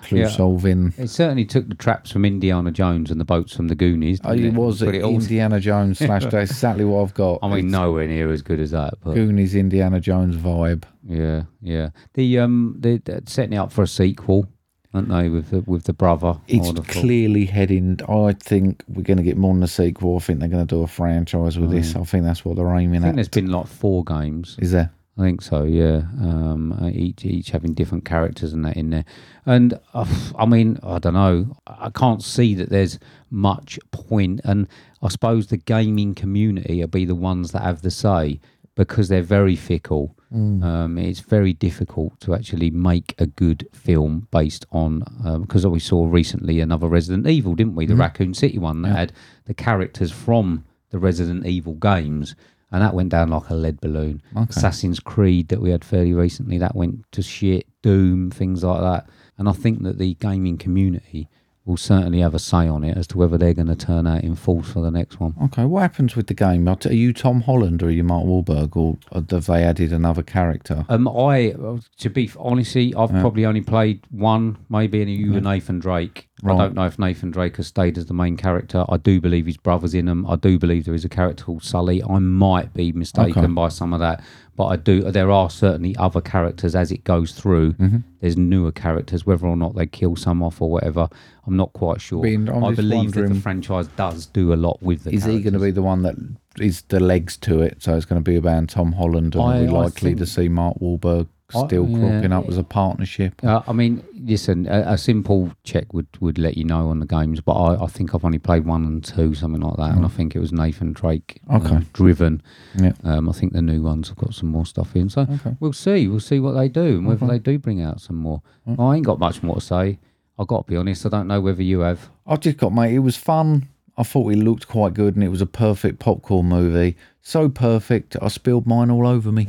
Clue
Yeah.
solving.
It certainly took the traps from Indiana Jones and the boats from the Goonies.
Oh,
didn't
it was
But it all-
Indiana Jones slash that's exactly what I've got.
I mean,
It's-
nowhere near as good as that. But
Goonies Indiana Jones vibe.
Yeah, yeah. The um, they they're setting it up for a sequel, aren't they? With the, with the brother. I
It's
would've thought.
clearly heading. I think we're going to get more than a sequel. I think they're going to do a franchise with this. I think that's what they're aiming
Mm. I think
at.
there's been like four games.
Is there?
I think so. Yeah. Um, uh, each each having different characters and that in there, and uh, I mean, I don't know. I can't see that there's much point, and I suppose the gaming community will be the ones that have the say because they're very fickle. Um, it's very difficult to actually make a good film based on uh, because we saw recently another Resident Evil, didn't we? The Raccoon City one that had the characters from the Resident Evil games, and that went down like a lead balloon. Assassin's Creed that we had fairly recently that went to shit. Doom, things like that, and I think that the gaming community will certainly have a say on it as to whether they're going to turn out in force for the next one.
Okay, what happens with the game? Are are you Tom Holland or are you Mark Wahlberg or have they added another character?
Um, I to be honestly, I've
Yeah.
probably only played one, maybe, and you and Nathan Drake.
Right.
I don't know if Nathan Drake has stayed as the main character. I do believe his brother's in them. I do believe there is a character called Sully. I might be mistaken
Okay.
by some of that, but I do. There are certainly other characters as it goes through.
Mm-hmm.
There's newer characters, whether or not they kill some off or whatever. I'm not quite sure.
Being- I'm
I
just
believe that the
wondering-
franchise does do a lot with the.
Is he going to be the one that is the legs to it? So it's going to be about Tom Holland, and
I-
we're
I
likely
think-
to see Mark Wahlberg
I-
still
yeah.
cropping up as a partnership.
Uh, I mean, listen, a, a simple check would, would let you know on the games, but I, I think I've only played one and two, something like that, and I think it was Nathan Drake uh,
Mm. Okay.
driven.
Yeah.
Um, I think the new ones have got some more stuff in, so we'll see. We'll see what they do and whether they do bring out some more.
Mm.
I ain't got much more to say. I got to be honest. I don't know whether you have.
I've just got, mate, it was fun. I thought it looked quite good and it was a perfect popcorn movie. So perfect, I spilled mine all over me.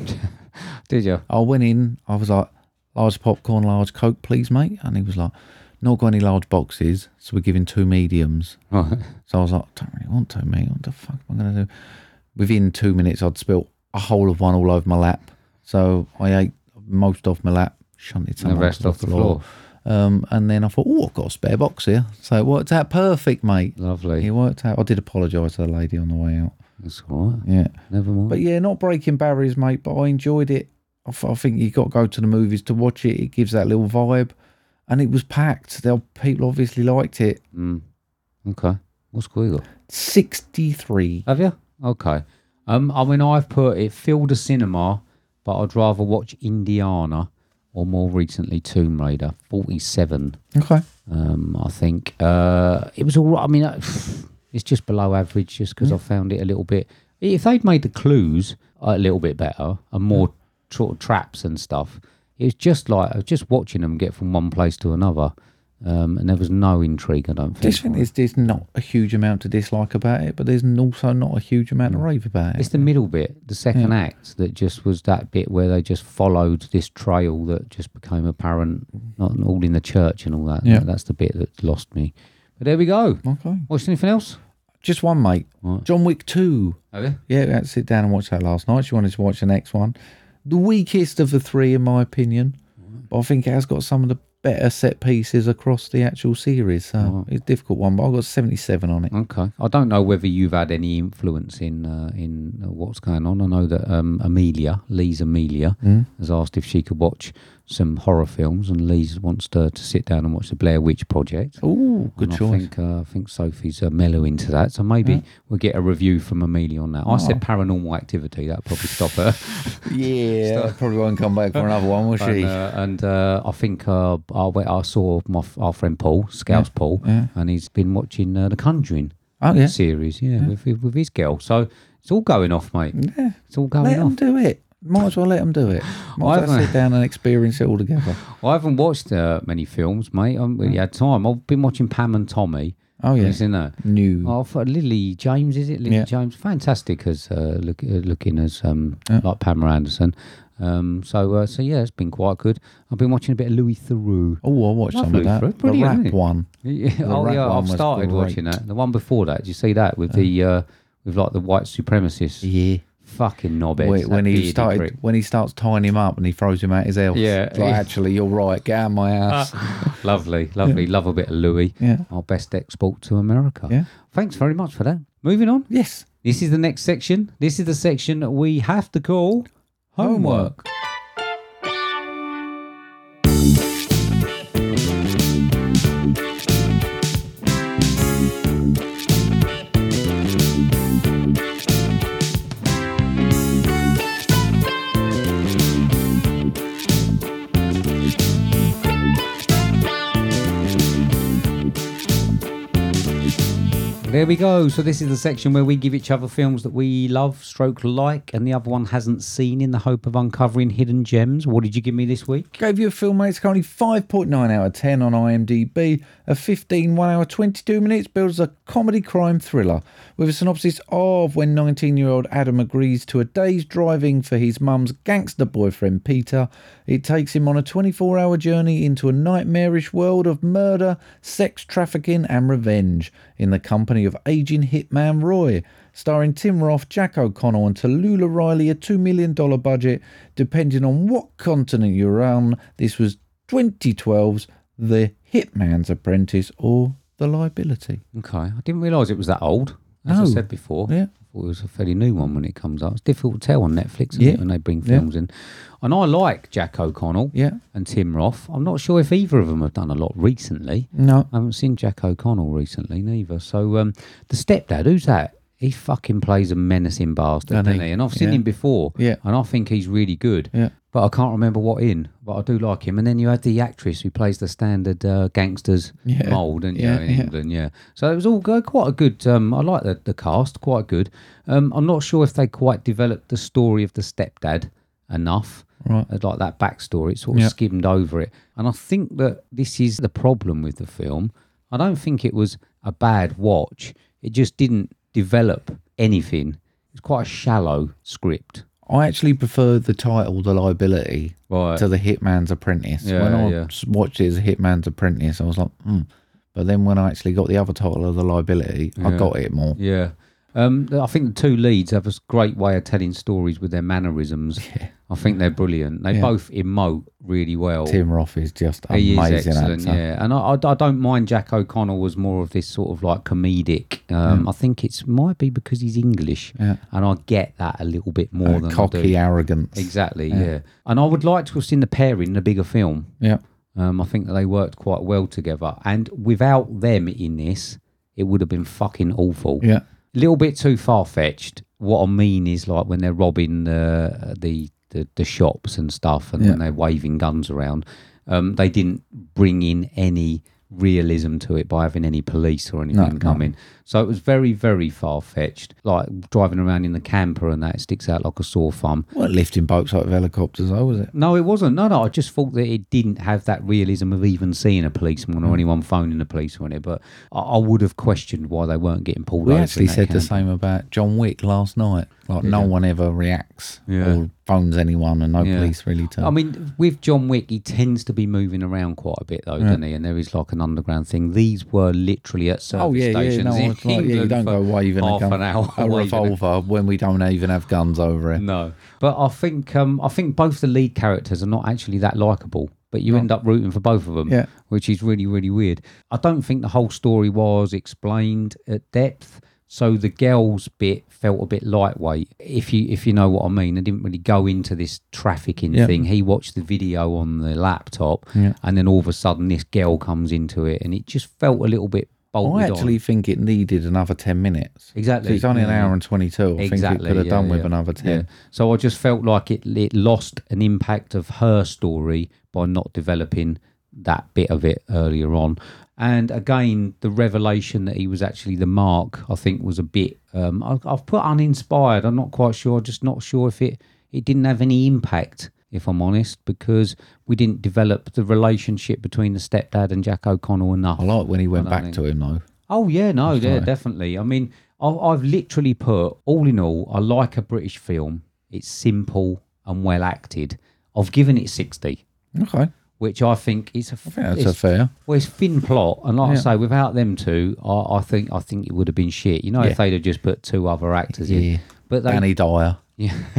Did you?
I went in, I was like, large popcorn, large Coke, please, mate. And he was like, not got any large boxes, so we're giving two mediums.
Right.
So I was like, don't really want to, mate. What the fuck am I going to do? Within two minutes, I'd spilt a whole of one all over my lap. So I ate most off my lap, shunted some
the
onto
rest off the floor.
Um, and then I thought, oh, I've got a spare box here. So it worked out perfect, mate.
Lovely.
It worked out. I did apologise to the lady on the way out.
That's all right.
Yeah.
Never mind.
But yeah, not breaking barriers, mate. But I enjoyed it. I, f- I think you got to go to the movies to watch it. It gives that little vibe, and it was packed. There, people obviously liked it.
okay. What's going on?
Sixty-three.
Have you? Okay. Um, I mean, I've put it filled a cinema, but I'd rather watch Indiana or more recently Tomb Raider 47.
Okay.
Um, I think uh, it was all right. I mean, uh, it's just below average just because I found it a little bit. If they'd made the clues a little bit better and more sort of traps and stuff, it was just like I was just watching them get from one place to another. Um, and there was no intrigue, I don't think.
Do you think there's, there's not a huge amount to dislike about it, but there's n- also not a huge amount to rave about it?
It's the middle bit, the second act, that just was that bit where they just followed this trail that just became apparent, not all in the church and all that.
Yeah.
That's the bit that lost me. But there we go.
Okay.
Watched anything else?
Just one, mate. John Wick 2.
Have you?
Yeah, we had to sit down and watch that last night. She wanted to watch the next one. The weakest of the three, in my opinion. But I think it has got some of the better set pieces across the actual series. So it's a difficult one, but I've got 77 on it.
Okay. I don't know whether you've had any influence in uh, in uh, what's going on. I know that um, Amelia, Lee's Amelia, has asked if she could watch some horror films, and Lee's wants to, to sit down and watch the Blair Witch Project.
Ooh, good
And I
choice.
think, uh, I think Sophie's uh, mellow into that, so maybe we'll get a review from Amelia on that. I
Oh.
said paranormal activity, that'll probably stop her.
Yeah, probably won't come back for another one, will she?
and uh, and, uh, I think uh, I, went, I saw my, f- our friend Paul, Scouse Paul, and he's been watching uh, The Conjuring
Oh, yeah.
series, yeah, With, with his girl. So it's all going off, mate. Yeah. It's all going
Let
off.
them do it. Might as well let them do it. Might as well
I've-
sit down and experience it all together.
I haven't watched uh, many films, mate. I haven't really had time. I've been watching Pam and Tommy.
Oh, yeah.
Have you seen that?
New.
Oh, for Lily James, is it Lily
Mm. Yeah.
James? Fantastic as uh, look, uh, looking as um, like Pamela Anderson. Um, so uh, so yeah, it's been quite good. I've been watching a bit of Louis Theroux.
Oh, I watched some
Lovely,
of that.
Fred.
The
Brilliant,
rap
isn't it?
one.
Yeah, oh
rap
yeah,
one
I've
was
started
great.
watching that. The one before that, did you see that with the uh, with like the white supremacists?
Yeah.
Fucking knobheads.
When,
that
when he
bearded
started,
prick.
when he starts tying him up and he throws him out his elf.
Yeah. Uh,
It's like, actually, you're right. Get out of my house.
lovely, lovely, love a bit of Louis.
Yeah.
Our best export to America.
Yeah.
Thanks very much for that. Moving on.
yes.
This is the next section. This is the section that we have to call homework. There we go. So this is the section where we give each other films that we love, stroke like, and the other one hasn't seen in the hope of uncovering hidden gems. What did you give me this week?
Gave you a film, mate. It's currently 5.9 out of 10 on IMDb. A 15, 1 hour, 22 minutes builds a comedy crime thriller with a synopsis of when 19 year old Adam agrees to a day's driving for his mum's gangster boyfriend, Peter. It takes him on a 24 hour journey into a nightmarish world of murder, sex trafficking, and revenge in the company of aging hitman Roy starring Tim Roth, Jack O'Connell, and Tallulah Riley, a $2 million budget. Depending on what continent you're on, this was 2012's The Hitman's Apprentice or The Liability.
Okay, I didn't realise it was that old. As I
No.
said before,
Yeah.
I thought it was a fairly new one when it comes out. It's difficult to tell on Netflix isn't
Yeah.
it, when they bring
Yeah.
films in. And I like Jack O'Connell
Yeah.
and Tim Roth. I'm not sure if either of them have done a lot recently.
No.
I haven't seen Jack O'Connell recently, neither. So um, the stepdad, who's that? He fucking plays a menacing bastard,
Doesn't
doesn't
he?
he? And I've seen
Yeah.
him before,
Yeah.
and I think he's really good.
Yeah.
But I can't remember what in. But I do like him. And then you had the actress who plays the standard uh, gangsters
Yeah.
mold, didn't you,
Yeah,
in
yeah.
England? Yeah. So it was all good, quite a good. Um, I like the, the cast, quite good. Um, I'm not sure if they quite developed the story of the stepdad enough.
Right.
I'd Like that backstory, it sort of
Yeah.
skimmed over it. And I think that this is the problem with the film. I don't think it was a bad watch. It just didn't develop anything. It's quite a shallow script.
I actually prefer the title The Liability
Right.
to The Hitman's Apprentice.
Yeah,
when I
yeah.
s- watched it as Hitman's Apprentice, I was like, hmm. But then when I actually got the other title of The Liability, I got it more.
Yeah. Um, I think the two leads have a s- great way of telling stories with their mannerisms. I think they're brilliant. They both emote really well.
Tim Roth is just
he is
amazing
excellent,
actor.
yeah. And I, I, I don't mind Jack O'Connell was more of this sort of like comedic. Um, I think it's might be because he's English, and I get that a little bit more than I do.
Cocky arrogance.
Exactly, yeah. And I would like to have seen the pairing in a bigger film.
Yeah.
Um, I think that they worked quite well together. And without them in this, it would have been fucking awful.
Yeah.
A little bit too far fetched. What I mean is like when they're robbing the the the, the shops and stuff, and when they're waving guns around, um, they didn't bring in any realism to it by having any police or anything come in. So it was very very far fetched. Like driving around in the camper and that it sticks out like a sore thumb.
Weren't lifting boats out of helicopters, though, was it?
No, it wasn't. No, no. I just thought that it didn't have that realism of even seeing a policeman
Mm.
or anyone phoning the police or it. But I, I would have questioned why they weren't getting pulled
We
over. in
actually
that
said the
camp.
same about John Wick last night. Like no one ever reacts or phones anyone, and no
Yeah.
police really turn.
I mean, with John Wick, he tends to be moving around quite a bit, though, doesn't he? And there is like an underground thing. These were literally at service
oh yeah, yeah,
stations
no,
in
it's like, yeah, you
England
don't
for
go waving a
half
gun,
an hour.
a
waving a
revolver when we don't even have guns over it.
No, but I think um, I think both the lead characters are not actually that likable, but you end up rooting for both of them,
Yeah.
which is really really weird. I don't think the whole story was explained at depth, so the girls bit felt a bit lightweight. If you if you know what I mean, they didn't really go into this trafficking thing. He watched the video on the laptop, and then all of a sudden this girl comes into it, and it just felt a little bit.
I
bolted on.
actually think it needed another ten minutes.
Oh, Exactly,
so it's only an
yeah,
hour
yeah.
and twenty-two. I think it could have
yeah,
done with
yeah,
another
yeah.
ten.
So I just felt like it, it lost an impact of her story by not developing that bit of it earlier on. And again, the revelation that he was actually the mark, I think, was a bit. Um, I, I've put uninspired. I'm not quite sure. Just not sure if it it didn't have any impact. If I'm honest, because we didn't develop the relationship between the stepdad and Jack O'Connell enough.
I like when he went
don't
back
think-
to him though.
Oh yeah, no, yeah, definitely. I mean, I've, I've literally put all in all. I like a British film. It's simple and well acted. I've given it sixty,
Okay,
which I think is a. I
think that's a fair.
Well, it's thin plot, and like
Yeah.
I say, without them two, I, I think I think it would have been shit. You know,
Yeah.
if they'd have just put two other actors
Yeah.
in, but they
Danny Dyer.
yeah.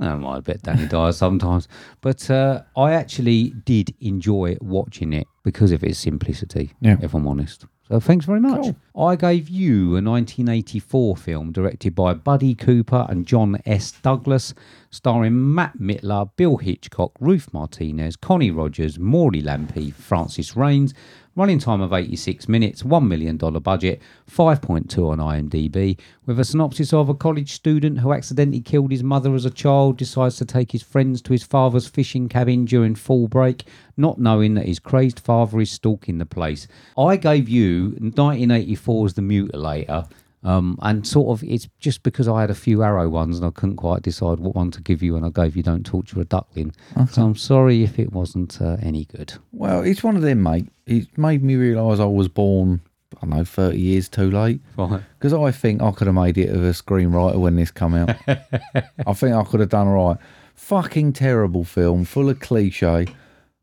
I might bet Danny dies sometimes. But uh, I actually did enjoy watching it because of its simplicity,
Yeah.
if I'm honest. So thanks very much. I gave you a 1984 film directed by Buddy Cooper and John S. Douglas, starring Matt Mittler, Bill Hitchcock, Ruth Martinez, Connie Rogers, Morley Lampe, Francis Rains, Running time of 86 minutes, $1 million budget, 5.2 on IMDb, with a synopsis of a college student who accidentally killed his mother as a child decides to take his friends to his father's fishing cabin during fall break, not knowing that his crazed father is stalking the place. I gave you 1984's The Mutilator. Um, and sort of, it's just because I had a few arrow ones and I couldn't quite decide what one to give you, and I gave you "Don't Torture a Duckling." So I'm sorry if it wasn't uh, any good.
Well, it's one of them, mate. It made me realise I was born, I don't know, 30 years too late.
Right.
Because I think I could have made it of a screenwriter when this come out. I think I could have done all right. Fucking terrible film, full of cliche,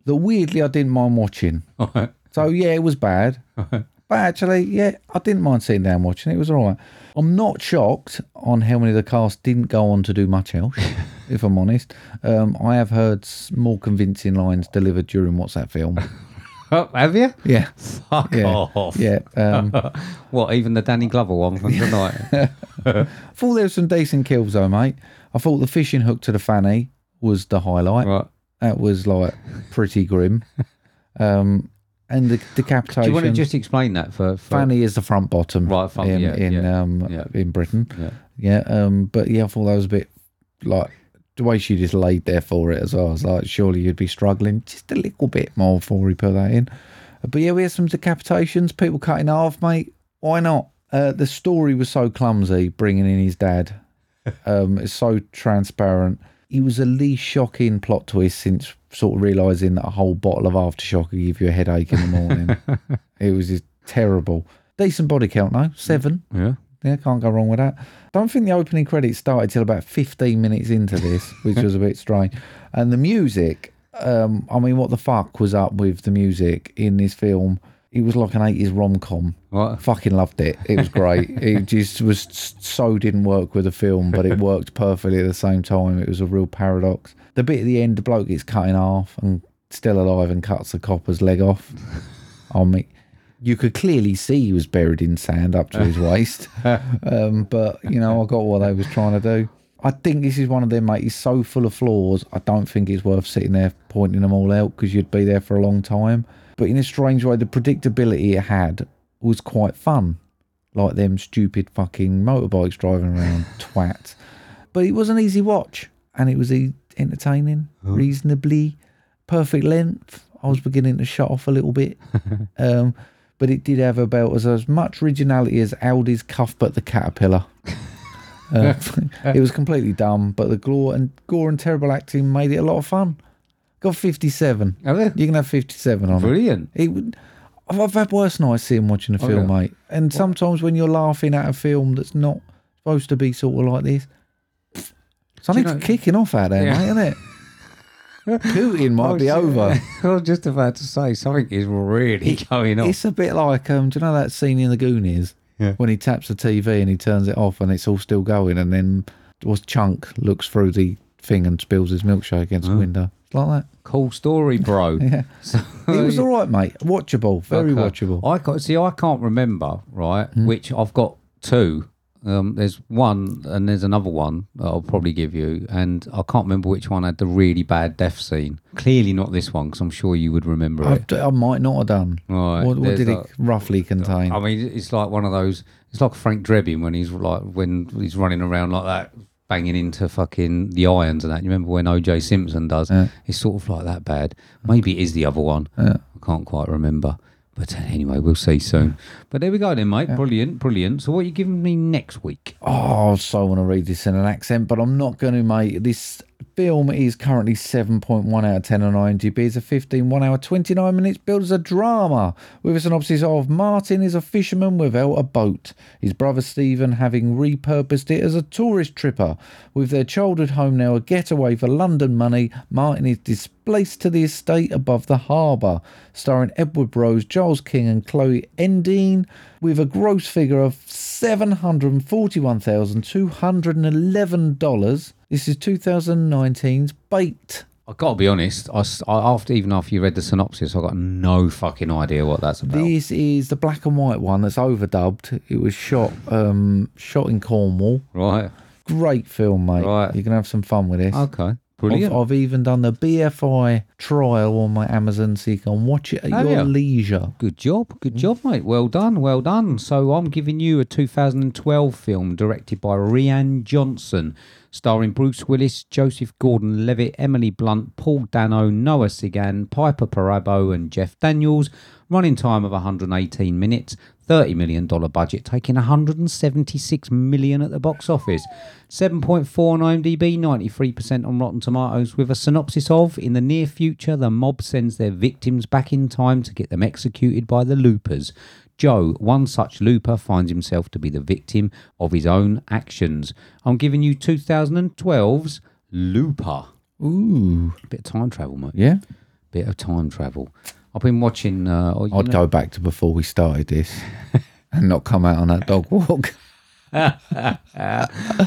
that weirdly I didn't mind watching. So, yeah, it was bad. But actually, yeah, I didn't mind sitting down watching it. It was all right. I'm not shocked on how many of the cast didn't go on to do much else, if I'm honest. Um, I have heard s- more convincing lines delivered during What's That Film.
Oh, have you?
Yeah.
Fuck
Yeah.
off.
Yeah. Um, I
What, even the Danny Glover one from tonight?
thought there were some decent kills, though, mate. I thought the fishing hook to the fanny was the highlight.
right.
That was like pretty grim. Um, and the decapitation.
Do you want to just explain that for, for
fanny is the front bottom,
Right, front-
in
yeah,
in,
yeah,
um,
yeah.
in Britain.
Yeah.
Yeah, um, but yeah, I thought that was a bit like the way she just laid there for it as well. I was like, surely you'd be struggling just a little bit more before we put that in. But yeah, we had some decapitations, people cut in half, mate. Why not? Uh, the story was so clumsy, bringing in his dad. Um, it's so transparent. It was the least shocking plot twist since sort of realizing that a whole bottle of aftershock could give you a headache in the morning. it was just terrible. Decent body count though, seven.
Yeah.
Yeah, can't go wrong with that. Don't think the opening credits started till about 15 minutes into this, which was a bit strange. And the music, um, I mean, what the fuck was up with the music in this film? It was like an 80s rom com.
Right.
Fucking loved it. It was great. it just was so didn't work with the film, but it worked perfectly at the same time. It was a real paradox. The bit at the end, the bloke gets cut in half and still alive and cuts the copper's leg off. Oh, I mean, you could clearly see he was buried in sand up to his waist. Um, but you know, I got what they was trying to do. I think this is one of them, mate. He's so full of flaws. I don't think it's worth sitting there pointing them all out because you'd be there for a long time. But in a strange way, the predictability it had was quite fun, like them stupid fucking motorbikes driving around, twat. But it was an easy watch, and it was e- entertaining, reasonably perfect length. I was beginning to shut off a little bit. Um, but it did have about as, as much originality as Aldi's Cuthbert the Caterpillar. Uh, it was completely dumb, but the gore and gore and terrible acting made it a lot of fun. Got fifty-seven.
Have you?
You can have fifty-seven on it.
Oh, Brilliant.
It would. I've, I've had worse nights sitting watching a film,
Oh, yeah.
mate. And sometimes when you're laughing at a film that's not supposed to be sort of like this, something's
know-
kicking off out there,
Yeah.
mate, isn't it? Putin might
Oh,
be
shit.
over.
I was just about to say something is really going on.
It's a bit like um, do you know that scene in the Goonies
Yeah.
when he taps the TV and he turns it off and it's all still going, and then was Chunk looks through the thing and spills his milkshake against the window. It's like
Cool story, bro.
that. Yeah, it was all right, mate. Watchable, very
Oh, Okay.
watchable.
I can't, see. I can't remember right, which I've got two. Um, there's one, and there's another one that I'll probably give you, and I can't remember which one had the really bad death scene. Clearly not this one, because I'm sure you would remember
I,
it.
I might not have done.
Right,
What, what
there's
did it
that-
roughly contain?
I mean, it's like one of those. It's like Frank Drebin when he's like when he's running around like that, banging into fucking the irons and that. You remember when OJ Simpson does? It's sort of like that bad. Maybe it is the other one. I can't quite remember. But uh, anyway, we'll see soon. But there we go then, mate. Brilliant, brilliant. So what are you giving me next week?
Oh, I so want to read this in an accent, but I'm not going to, mate. This film is currently 7.1 out of 10 on IMDb. It's a 15, 1 hour, 29 minutes built as a drama with a synopsis of Martin is a fisherman without a boat, his brother Stephen having repurposed it as a tourist tripper. With their childhood home now a getaway for London money, Martin is displaced to the estate above the harbour, starring Edward Rose, Giles King, and Chloe Endine, with a gross figure of $741,211. This is 2019's Bait.
I gotta be honest. I, s- I- after even after you read the synopsis, I got no fucking idea what that's about.
This is the black and white one that's overdubbed. It was shot um, shot in Cornwall.
Right.
Great film, mate.
Right.
You're going to have some fun with this.
Okay. Brilliant.
I've, I've even done the BFI trial on my Amazon, so you can watch it at
Have
your
you?
leisure.
Good job, good job, mate. Well done, well done. So I'm giving you a 2012 film directed by Rian Johnson, starring Bruce Willis, Joseph Gordon-Levitt, Emily Blunt, Paul Dano, Noah Sigan, Piper Parabo, and Jeff Daniels. Running time of 118 minutes. $30 million budget, taking $176 million at the box office. 7.4 on IMDb, 93% on Rotten Tomatoes, with a synopsis of In the near future, the mob sends their victims back in time to get them executed by the loopers. Joe, one such looper, finds himself to be the victim of his own actions. I'm giving you 2012's Looper.
Ooh.
Bit of time travel, mate.
Yeah.
Bit of time travel. I've been watching. Uh, oh, you
I'd
know-
go back to before we started this and not come out on that dog walk.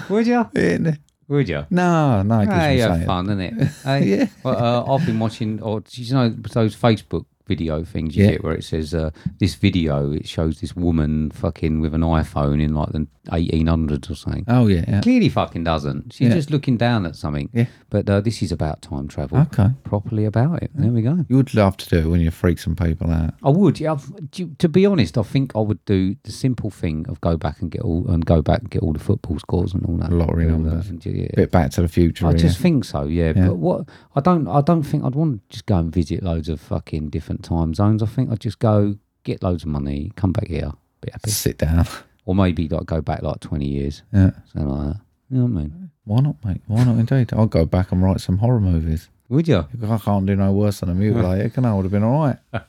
Would you?
In-
Would you?
no, no, it gives
Hey,
me
have
something.
fun, isn't it? Hey,
Yeah.
well, uh, I've been watching, or do you know, those Facebook video things you
Yeah.
get where it says uh, this video. It shows this woman fucking with an iPhone in like the 1800s or something.
Oh, yeah. yeah.
Clearly, fucking doesn't. She's just looking down at something.
Yeah.
But uh, this is about time travel.
Okay.
Properly about it. There we go.
You would love to do it when you freak some people out.
I would. Yeah, I've, do, to be honest, I think I would do the simple thing of go back and get all and go back and get all the football scores and all that
Lottery
all that
numbers.
and do- yeah.
Bit back to the future.
I
here.
just think so, yeah. But what I don't, I don't think I'd want to just go and visit loads of fucking different time zones. I think I'd just go get loads of money, come back here, be happy,
sit down.
or maybe like go back like twenty years,
Yeah.
something like that. You know what I mean?
Why not, mate? Why not indeed? I'll go back and write some horror movies.
Would you?
I can't do no worse than a mutilator, can I? Would have been all right.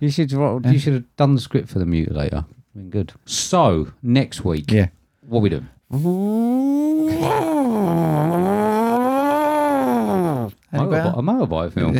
You should. write- You should have done the script for the mutilator. Been good. So next week,
Yeah.
what we doing? Motorbi- a motorbike film.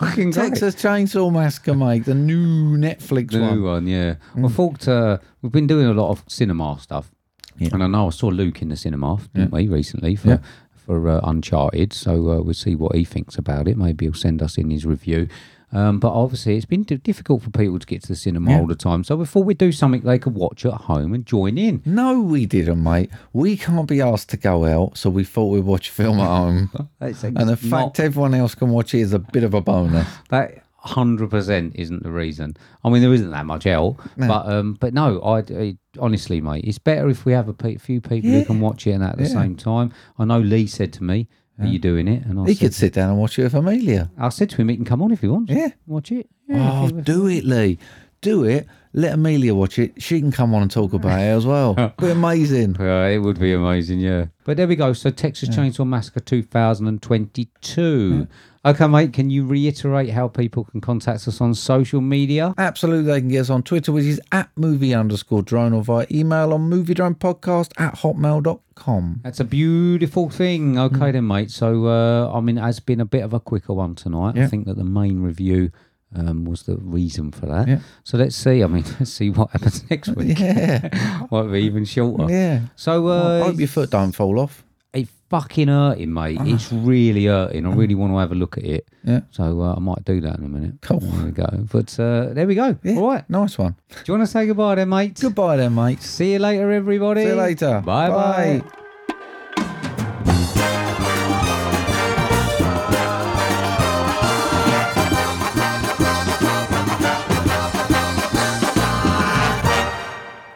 Fucking great.
Texas Chainsaw Massacre, mate. The new Netflix
The
one. Mm.
new one, yeah. I thought uh, we've been doing a lot of cinema stuff,
Yeah.
and I know I saw Luke in the cinema, didn't we, recently for
Yeah.
for uh, Uncharted. So uh, we'll see what he thinks about it. Maybe he'll send us in his review. Um, but obviously, it's been di- difficult for people to get to the cinema all the time. So we thought we'd do something they could watch at home and join in.
No, we didn't, mate. We can't be asked to go out, so we thought we'd watch a film at home.
That's
and the fact everyone else can watch it is a bit of a bonus.
That hundred percent isn't the reason. I mean, there isn't that much out, but um, but no, I, I- honestly, mate, it's better if we have a pe- few people who can watch it and at the same time. I know Lee said to me, "Are you doing it?" And I
He
said,
could sit down and watch it with Amelia.
"I said to him, he can come on if he wants.
Yeah.
watch it. Yeah,
Oh,
if he-
do it, Lee. Do it. Let Amelia watch it. She can come on and talk about it as well. Be amazing.
Yeah, Uh, it would be amazing, yeah. But there we go. So Texas Chainsaw Massacre 2022. Okay, mate, can you reiterate how people can contact us on social media?
Absolutely, they can get us on Twitter, which is at movie underscore drone, or via email on movie drone podcast at hotmail.com.
That's a beautiful thing.
Hmm.
Okay, then, mate. So, uh, I mean, it has been a bit of a quicker one tonight. I
Yeah.
think that the main review um, was the reason for that.
Yeah.
So let's see. I mean, let's see what happens next week.
Yeah,
Might be even shorter.
yeah.
So,
I
uh,
hope your foot don't fall off.
it fucking hurting, mate. It's really hurting. I really want to have a look at it.
Yeah.
So uh, I might do that in a minute.
Cool.
There we go. But uh, there we go.
Yeah,
All right.
Nice one.
Do you want to say goodbye then, mate?
Goodbye then, mates.
See you later, everybody.
See you later.
Bye-bye.
Bye.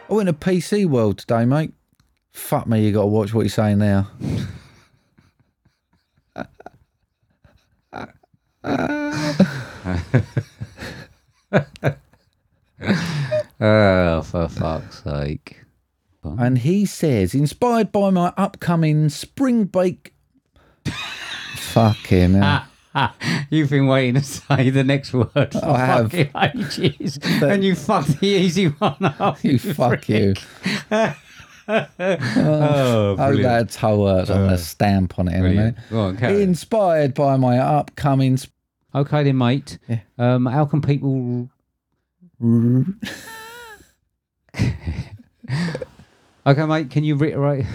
Oh, in a PC world today, mate. Fuck me, you got to watch what you're saying now.
Oh, for fuck's sake.
And he says, inspired by my upcoming spring break. Fucking hell.
You've been waiting to say the next word for
I have.
fucking ages, and you fucked the easy one up.
You fuck you.
Oh,
Oh,
brilliant. Uh,
that's how works. I'm going to stamp on it in a minute.
Brilliant. Go on, carry on.
Inspired by my upcoming. Sp-
Okay then, mate.
Yeah.
Um, how can people? okay, mate. Can you reiterate?